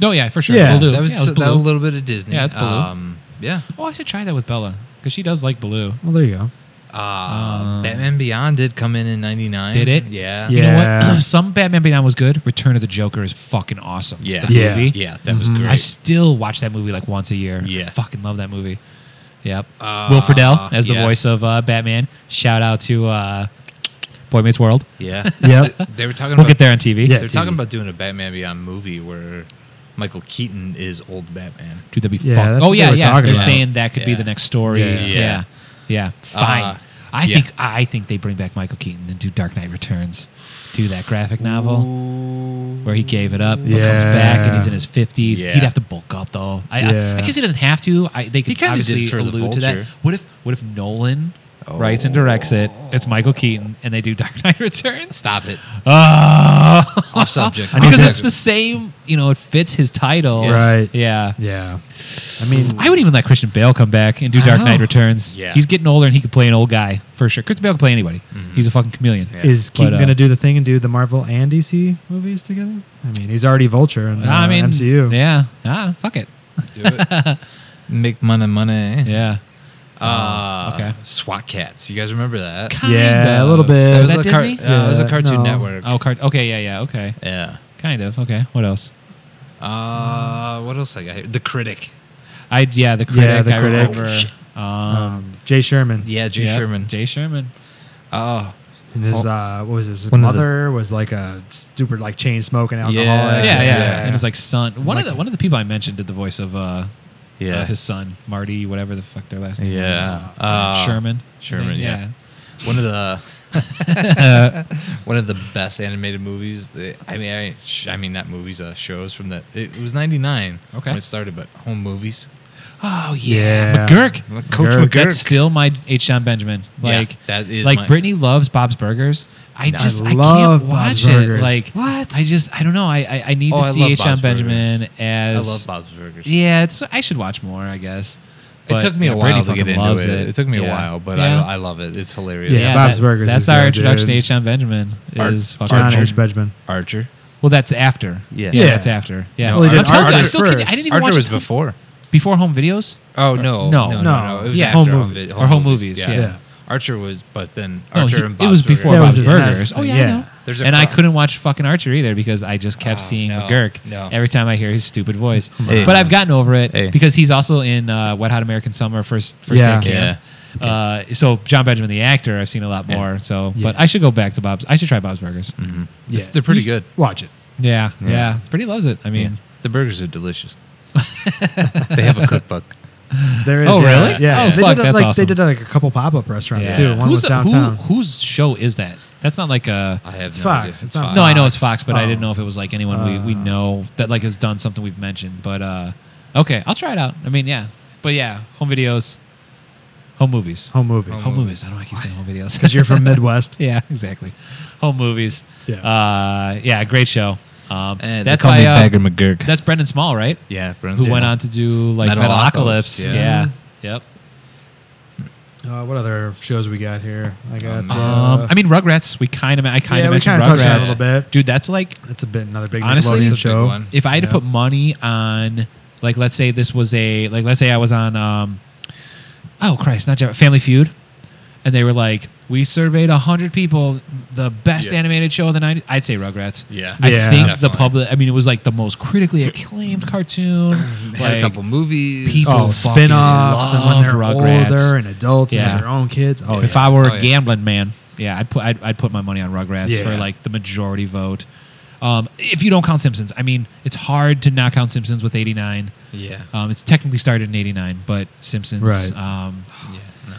No, yeah, for sure. Yeah. Baloo. That was, yeah, it was that a Baloo. little bit of Disney. Yeah, it's Baloo. Um, yeah, Oh, I should try that with Bella because she does like Baloo. Well, there you go. uh, Batman Beyond did come in in '99. Um, Did it? Yeah. You know Yeah. what? *clears throat* Some Batman Beyond was good. Return of the Joker is fucking awesome. Yeah. The Yeah. Mm-hmm. movie. Yeah, that was great. I still watch that movie like once a year. Yeah. I fucking love that movie. Yep. Uh, Will Friedle as the yeah. voice of uh, Batman. Shout out to uh, Boy Meets World. *laughs* yeah. Yep. They were talking We'll about get there on TV. Yeah. They're TV. talking about doing a Batman Beyond movie where Michael Keaton is old Batman. Dude, that'd be Yeah, fuck- that's Oh what yeah, they were yeah. talking They're about. saying that could be Yeah. the next story. Yeah. Yeah. Yeah. Fine. Uh, I yeah. think I think they bring back Michael Keaton and do Dark Knight Returns. Do that graphic novel. where he gave it up, but comes Yeah. back and he's in his fifties. Yeah. He'd have to bulk up though. I, I, Yeah. I guess he doesn't have to. I, they could kinda obviously did for the allude to that. Vulture. What if what if Nolan writes and directs it? It's Michael Keaton, and they do Dark *laughs* Knight Returns. Stop it. Ah. *laughs* Oh, Off subject. because Off it's the same. You know, it fits his title. Right. Yeah. Yeah. I mean, I would even let Christian Bale come back and do I Dark Oh. know. Knight Returns. Yeah. He's getting older and he could play an old guy for sure. Christian Bale can play anybody. He's a fucking chameleon. Mm-hmm. Yeah. is But, Keaton uh, going to do the thing and do the Marvel and DC movies together? I mean, he's already Vulture in uh, I mean, MCU. Yeah. Ah, fuck it. Do *laughs* it. Make money, money. Yeah. Uh, okay. SWAT cats. You guys remember that? Yeah, a little of. bit. Was That that, a car- Disney? uh, it was a Yeah, Cartoon no. Network. Oh, card. Okay, yeah, yeah, okay. Yeah. Kind of. Okay. What else? Uh, what else I got here? The Critic. I yeah, the critic. Yeah, The I Critic. remember. Shit. Um, Um, Jay Sherman. Yeah, Jay yep, Sherman. Jay Sherman. Oh, And his uh, what was his One of the- mother was like a stupid like chain smoking alcoholic. Yeah, Yeah, yeah, yeah. And it's like son. One of the one of the people I mentioned did the voice of uh, yeah. uh, his son Marty, whatever the fuck their last name yeah. is. Uh, Sherman. Sherman, I think, yeah. One of the one of the best animated movies. that- I mean, I, sh- I mean not movies, uh, shows from the. It was '99 Okay. when it started, but home movies. Oh yeah, Yeah. McGurk. Coach McGurk. That's still my H. John Benjamin. Yeah, Like that is like my- Brittany loves Bob's Burgers. I No, I just I, love can't Bob's watch it. Burgers. Like What? I just I don't know. I I, I need Oh, I to see love H. John Bob's Burgers. Benjamin as I love Bob's Burgers. Yeah, it's, I should watch more. I guess. it But, took me yeah, a while Brittany to get fucking into loves it. it. took me a Yeah. while, but Yeah. I, I love it. It's hilarious. Yeah, Bob's that- Burgers That's is our good, introduction dude. to H. John Benjamin. Is fucking John Archer. H. Benjamin. Archer. Well, that's after. Yeah. yeah, Yeah. that's after. Yeah, No, Well, he I'm did telling you, I Archer still can't, I first. didn't even Archer watch was it before. before home videos. Oh no, No. no, no, No. no. It was Yeah. after Home home, movie. vi- Or home movies, yeah. Archer was, but then No, Archer he- and it Bob's was before That Burgers. was Bob's his Burgers. last Oh thing, yeah, I yeah. know. There's a and I pro- couldn't watch fucking Archer either because I just kept Oh, seeing no, McGurk no. every time I hear his stupid voice. Hey. But I've gotten over it Hey. because he's also in uh, Wet Hot American Summer first first Yeah. day camp. Uh, so John Benjamin, the actor, I've seen a lot more. So, but Yeah. I should go back to Bob's. I should try Bob's Burgers. Mm. It's- They're pretty good. Watch it. Yeah, yeah, Pretty loves it. I mean, The burgers are delicious. they have a cookbook. There is. Oh, yeah. really? Yeah. Oh, they fuck, did, that's like, awesome. They did uh, like a couple pop up restaurants yeah. too. One was Who's downtown. Who, whose show is that? That's not like a. I have It's no Fox. idea. It's on Fox. No, I know it's Fox, but I Oh. didn't Uh. know if it was like anyone we, we know that like has done something we've mentioned. But uh, okay, I'll try it out. I mean, yeah, but yeah, home videos, home movies, Home movie. home, *laughs* Home movies. I don't know why I keep saying home videos *laughs* Because you're from Midwest. yeah, exactly. Home movies. Yeah. uh, yeah, great show. Um, And that's they call by me uh, Bagger McGurk. that's Brendan Small, right? yeah, Who went on to do like Metalocalypse, Metalocalypse? yeah. Yeah. Yep. Uh, what other shows we got here? I got. Um, uh, um, I mean, Rugrats. We kind of I kind Yeah, of we mentioned kinda touched on it a Rugrats little bit. dude. That's like that's a bit another big Honestly, Nickelodeon it's a big show. one. if I had Yeah. to put money on, like, let's say this was a, like, let's say I was on, um, oh Christ, not Jeff, Family Feud, and they were like, we surveyed hundred people, the best Yeah. animated show of the '90s. I'd say Rugrats. Yeah. I Yeah. think the Definitely. public. I mean, it was like the most critically acclaimed cartoon. had a like, couple movies. people- Oh, fucking spin offs and when love they're Rugrats. older and adults and Yeah. have their own kids. Oh, if yeah. I were Oh, a yeah. gambling man, yeah, I'd put I'd, I'd put my money on Rugrats Yeah. for like the majority vote. Um, if you don't count Simpsons, I mean, it's hard to not count Simpsons with 89. Yeah. Um, it's technically started in 89, but Simpsons. Right. Um, yeah. No.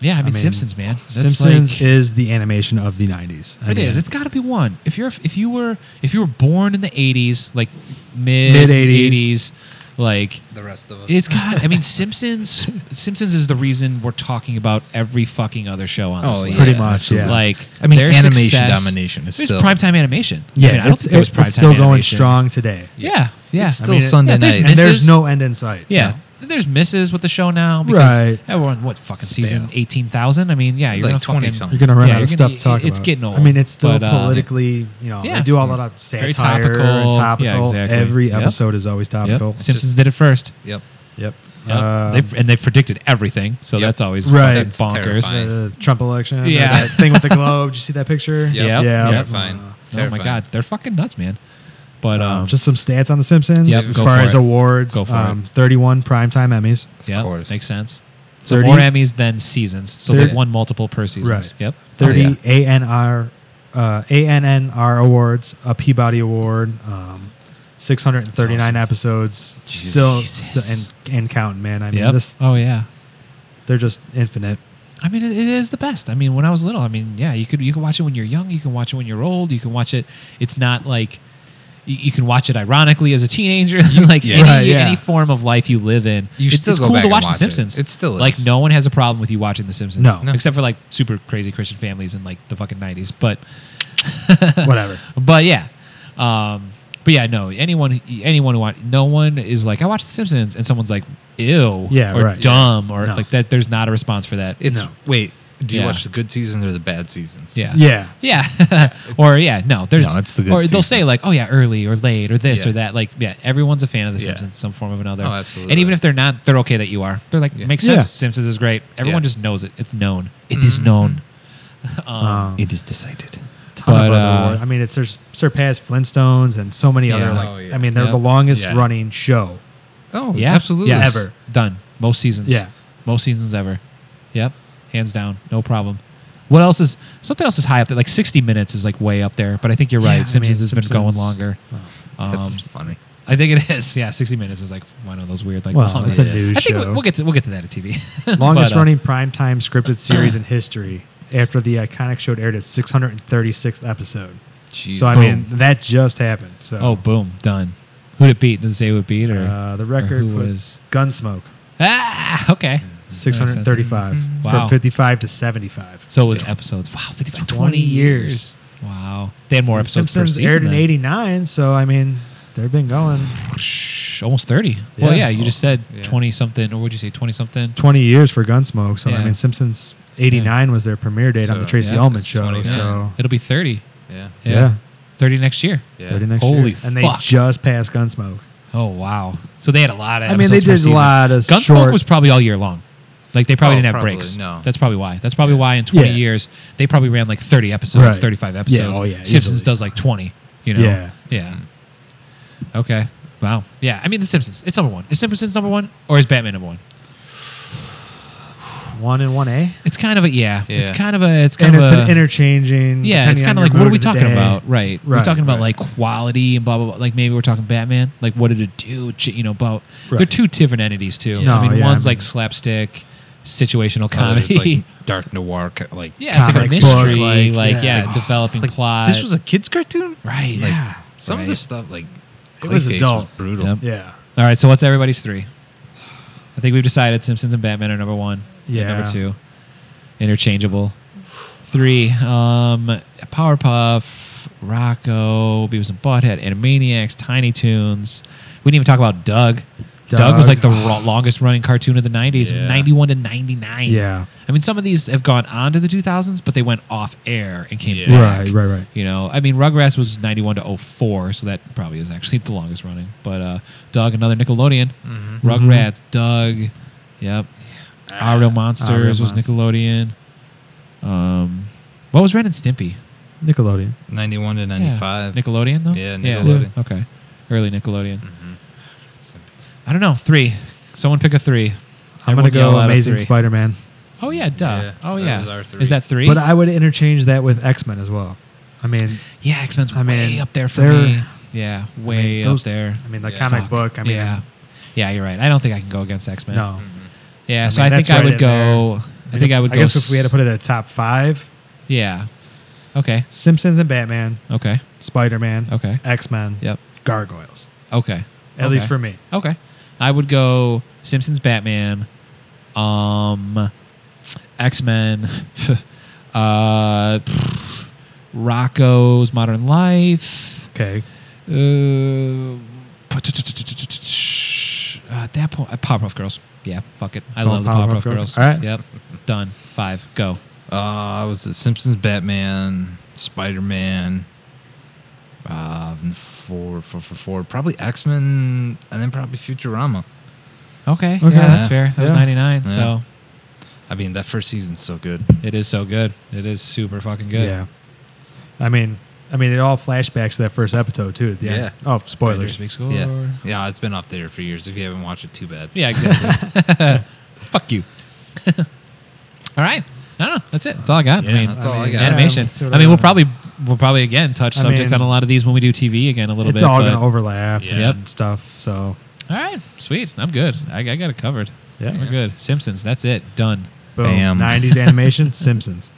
yeah, I mean, mean, Simpsons, man. That's Simpsons like- is the animation of the 90s. I It mean, is. It's got to be one. If you're if you were if you were born in the eighties, like mid Mid-eighties. eighties, like The rest of us. it's got. I mean, Simpsons. Simpsons is the reason we're talking about every fucking other show on this Oh, list. yeah. pretty much, yeah. Like I mean, their animation success- domination is There's still- primetime animation. yeah, I mean, I don't it's, think there was it's- it's primetime still going animation. strong today. Yeah, yeah, It's I still mean, it- Sunday Yeah, there's night. And there's Misses- no end in sight. yeah. There's misses with the show now because Right. everyone what fucking season Stale. eighteen thousand. I mean, yeah, you're Like gonna 20 fucking, something. You're gonna run Yeah, out of you're stuff gonna- to talk it's about. getting old, I mean, it's still but, uh, politically, you know, yeah. they do a lot of Very satire and topical. Yeah, topical. exactly. Every Yep. episode is always Yep. topical. Simpsons did it first. yep. Yep. Yeah. Um, they've, and they've predicted everything, so Yep. that's always Right. fucking That's bonkers. terrifying. the uh, Trump election. Yeah. Yeah. That thing with the globe. Did you see that *laughs* picture? Yep. Yep. Yeah. Terrifying. Oh my Terrifying. god, they're fucking nuts, man. But Um, um, just some stats on The Simpsons Yep, as go far for as it. awards. Go for um, it. 31 primetime Emmys. yeah, course. makes sense. So 30? more Emmys than seasons, so Thirty- they've won multiple per seasons. Right. Yep. 30 Oh, ANR, uh, ANNR awards, a Peabody Award, um, 639 That's awesome. episost Jesus. still, Jesus. still and, and counting, man. I mean, Yep. this, oh yeah. they're just *laughs* infinite. I mean, it, it is the best. I mean, when I was little, I mean, yeah, you could you could watch it when you're young, you can watch it when you're old, you can watch it. It's not like you, you can watch it ironically as a teenager, *laughs* like any, Right, yeah. any form of life you live in. You it's, still it's go cool back to and watch, watch The it. Simpsons. It still is. like no one has a problem with you watching The Simpsons. No. No. except for like super crazy Christian families in like the fucking nineties. But Whatever. but yeah, um, but yeah, no. Anyone, anyone who want, no one is like, I watched The Simpsons, and someone's like, ew, Yeah, or right. dumb, or No. like that. There's not a response for that. It's No. wait. Do you Yeah. watch the good seasons or the bad seasons? yeah, Yeah. yeah, *laughs* or yeah, no. There's No, it's the good or they'll seasons. say like, oh yeah, early or late or this Yeah. or that. Like yeah, everyone's a fan of The Yeah. Simpsons, some form of another. Oh, absolutely. And even if they're not, they're okay that you are. They're like, Yeah. makes Yeah. sense. Simpsons is great. Everyone Yeah. Mm-hmm. just knows it. It's known. It is known. Um, It is decided. ton of But, other uh, awards. I mean, it's sur- surpassed Flintstones and so many other. Yeah. Like, Oh, yeah. I mean, they're Yep. the longest Yeah. running show. Oh, Yeah, absolutely. Yeah. Yes. Ever. done most seasons. Yeah. most seasons ever. Yep, hands down, no problem. What else is something else is high up there? Like sixty minutes is like way up there, but I think you're Yeah, I right. Simpsons mean, has Simpsons- been going longer. Um, That's funny. I think it *laughs* is. Yeah, sixty minutes is like one of those weird like. Well, long- it's a yeah. news I think show. we'll, we'll get to we'll get to that at *laughs* TV. longest But, uh, running primetime scripted series in history. After the iconic show aired its 636th episode. Jeez. so I Boom. mean, that just happened. So Oh, boom, done. Who'd it beat? Does it say who it beat or? uh, the record who was was- Gunsmoke, ah, okay. 635 Wow. from 55 to 75. So it was episodes. Wow, 20 55, 20 years. years. Wow, they had more episodes Simpsons per season. aired in than- 89, so I mean, they've been going Psh, almost 30. Well, Yeah. yeah, you just said Yeah. 20 something, or would you say 20 something? 20 years for Gunsmoke. So I Yeah. mean, Simpsons 89 was their premiere date on the So, Tracy yeah, Ullman it's show. 29. So It'll be 30. yeah. Yeah. Yeah. 30 next year. Yeah. 30 next Holy year. And they fuck. just passed Gunsmoke. Oh, wow. So they had a lot of I mean, they episodes per did a season. lot of Gunsmoke short- was probably all year long. Like, they probably Oh, didn't have probably, breaks. no. That's probably why. That's probably why in 20 Yeah. years, they probably ran like 30 episodes, Right. 35 Yeah, episodes. oh, yeah, Simpsons easily. does like 20, you know? Yeah. Yeah. Okay. Wow. Yeah. I mean, The Simpsons. It's number one. Is Simpsons number one, or is Batman number one? One and one A. It's kind of a, yeah. It's Yeah. kind of a, it's kind And of it's a, an interchanging. Yeah, it's depending kind of on like your what are mood we of the talking day. about, right? We're Right, talking about right. like quality and blah blah blah. Like maybe we're talking Batman. Like what did it do? Ch- You know, about they're Right. two different entities too. No, I mean, yeah, one's I mean- like slapstick, situational Oh, there's, comedy. like dark noir, ca- like *laughs* yeah, it's like a comic mystery, book, like, like, yeah. yeah, developing plot. This was a kids cartoon, right. Yeah. Some of Right. the stuff, like It was Clayface adult. brutal. Yep. Yeah. All right, so what's everybody's three? I think we've decided Simpsons and Batman are number one. and Yeah. number two, interchangeable. Three, um, Powerpuff, Rocco, Beavis and Butthead, Animaniacs, Tiny Toons. We didn't even talk about Doug. Doug, was like Doug. the ro- longest running cartoon of the '90s, Yeah. '91 to '99. Yeah. I mean, some of these have gone on to the 2000s, but they went off air and came Yeah. back. Right, right, right. You know, I mean, Rugrats was 91 to 04, so that probably is actually the longest running. But uh, Doug, another Nickelodeon. Mm-hmm. Rugrats, Doug. Yep. Our Real Monsters was Monsters. Nickelodeon. Um, what was Ren and Stimpy? Nickelodeon. Ninety-one to ninety-five. Yeah. Nickelodeon, though? Yeah, Nickelodeon. Mm-hmm. Okay. Early Nickelodeon. I don't know. Three. Someone pick a three. I'm Everyone gonna yell go out a Amazing three. Spider-Man, Oh, yeah, duh. Yeah, oh, that yeah. was our three. Is that three? but I would interchange that with X-Men as well. I mean, Yeah, X Men's I mean, way up there for they're- me. Yeah, way those- up there. I mean, the Yeah. comic Fuck. book. I mean, yeah, yeah, you're right. I don't think I can go against X Men. no. Yeah, I so mean, I that's think I right would in go. I think I would. I go guess if we had to s- put it at top five, Yeah. Okay. Simpsons and Batman, Okay. Spider Man, Okay. X Men, Yep. Gargoyles. Okay. At least for me. Okay. I would go Simpsons, Batman, um, X Men, *laughs* uh, pff, Rocco's Modern Life. Okay. Uh, at that point, uh, Powerpuff Girls. Yeah, fuck it. I Going love the Powerpuff Powerpuff, Girls? Girls. All right. Yep. Done. Five. Go. Uh, I was the Simpsons, Batman, Spider Man, uh, and four, four, four, four, probably X Men, and then probably Futurama. Okay. Okay. Yeah, that's fair. That was Yeah. 99, Yeah. so I mean, that first season's so good. it is so good. It is super fucking good. Yeah. I mean, I mean, it all flashbacks to that first episode too. At the end. Yeah. Oh, spoilers. Yeah, yeah, it's been off there for years. If you haven't watched it, too bad. Yeah, exactly. *laughs* Fuck you. all right. I don't know. That's it. That's all I got. I Yeah, mean, that's all I got. animation. that's what I mean, we'll I- probably we'll probably again touch I subject mean, on a lot of these when we do TV again a little It's bit. all but- gonna overlap Yeah. and stuff. So, all right, sweet. I'm good. I, I got it covered. Yeah. we're good. Simpsons. That's it. Done. boom. Bam. 90s *laughs* animation, Simpsons.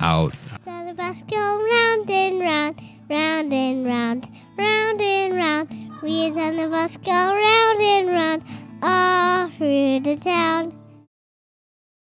Out. So the bus go round and round, round and round, round and round. Wheels on the bus go round and round, all through the town.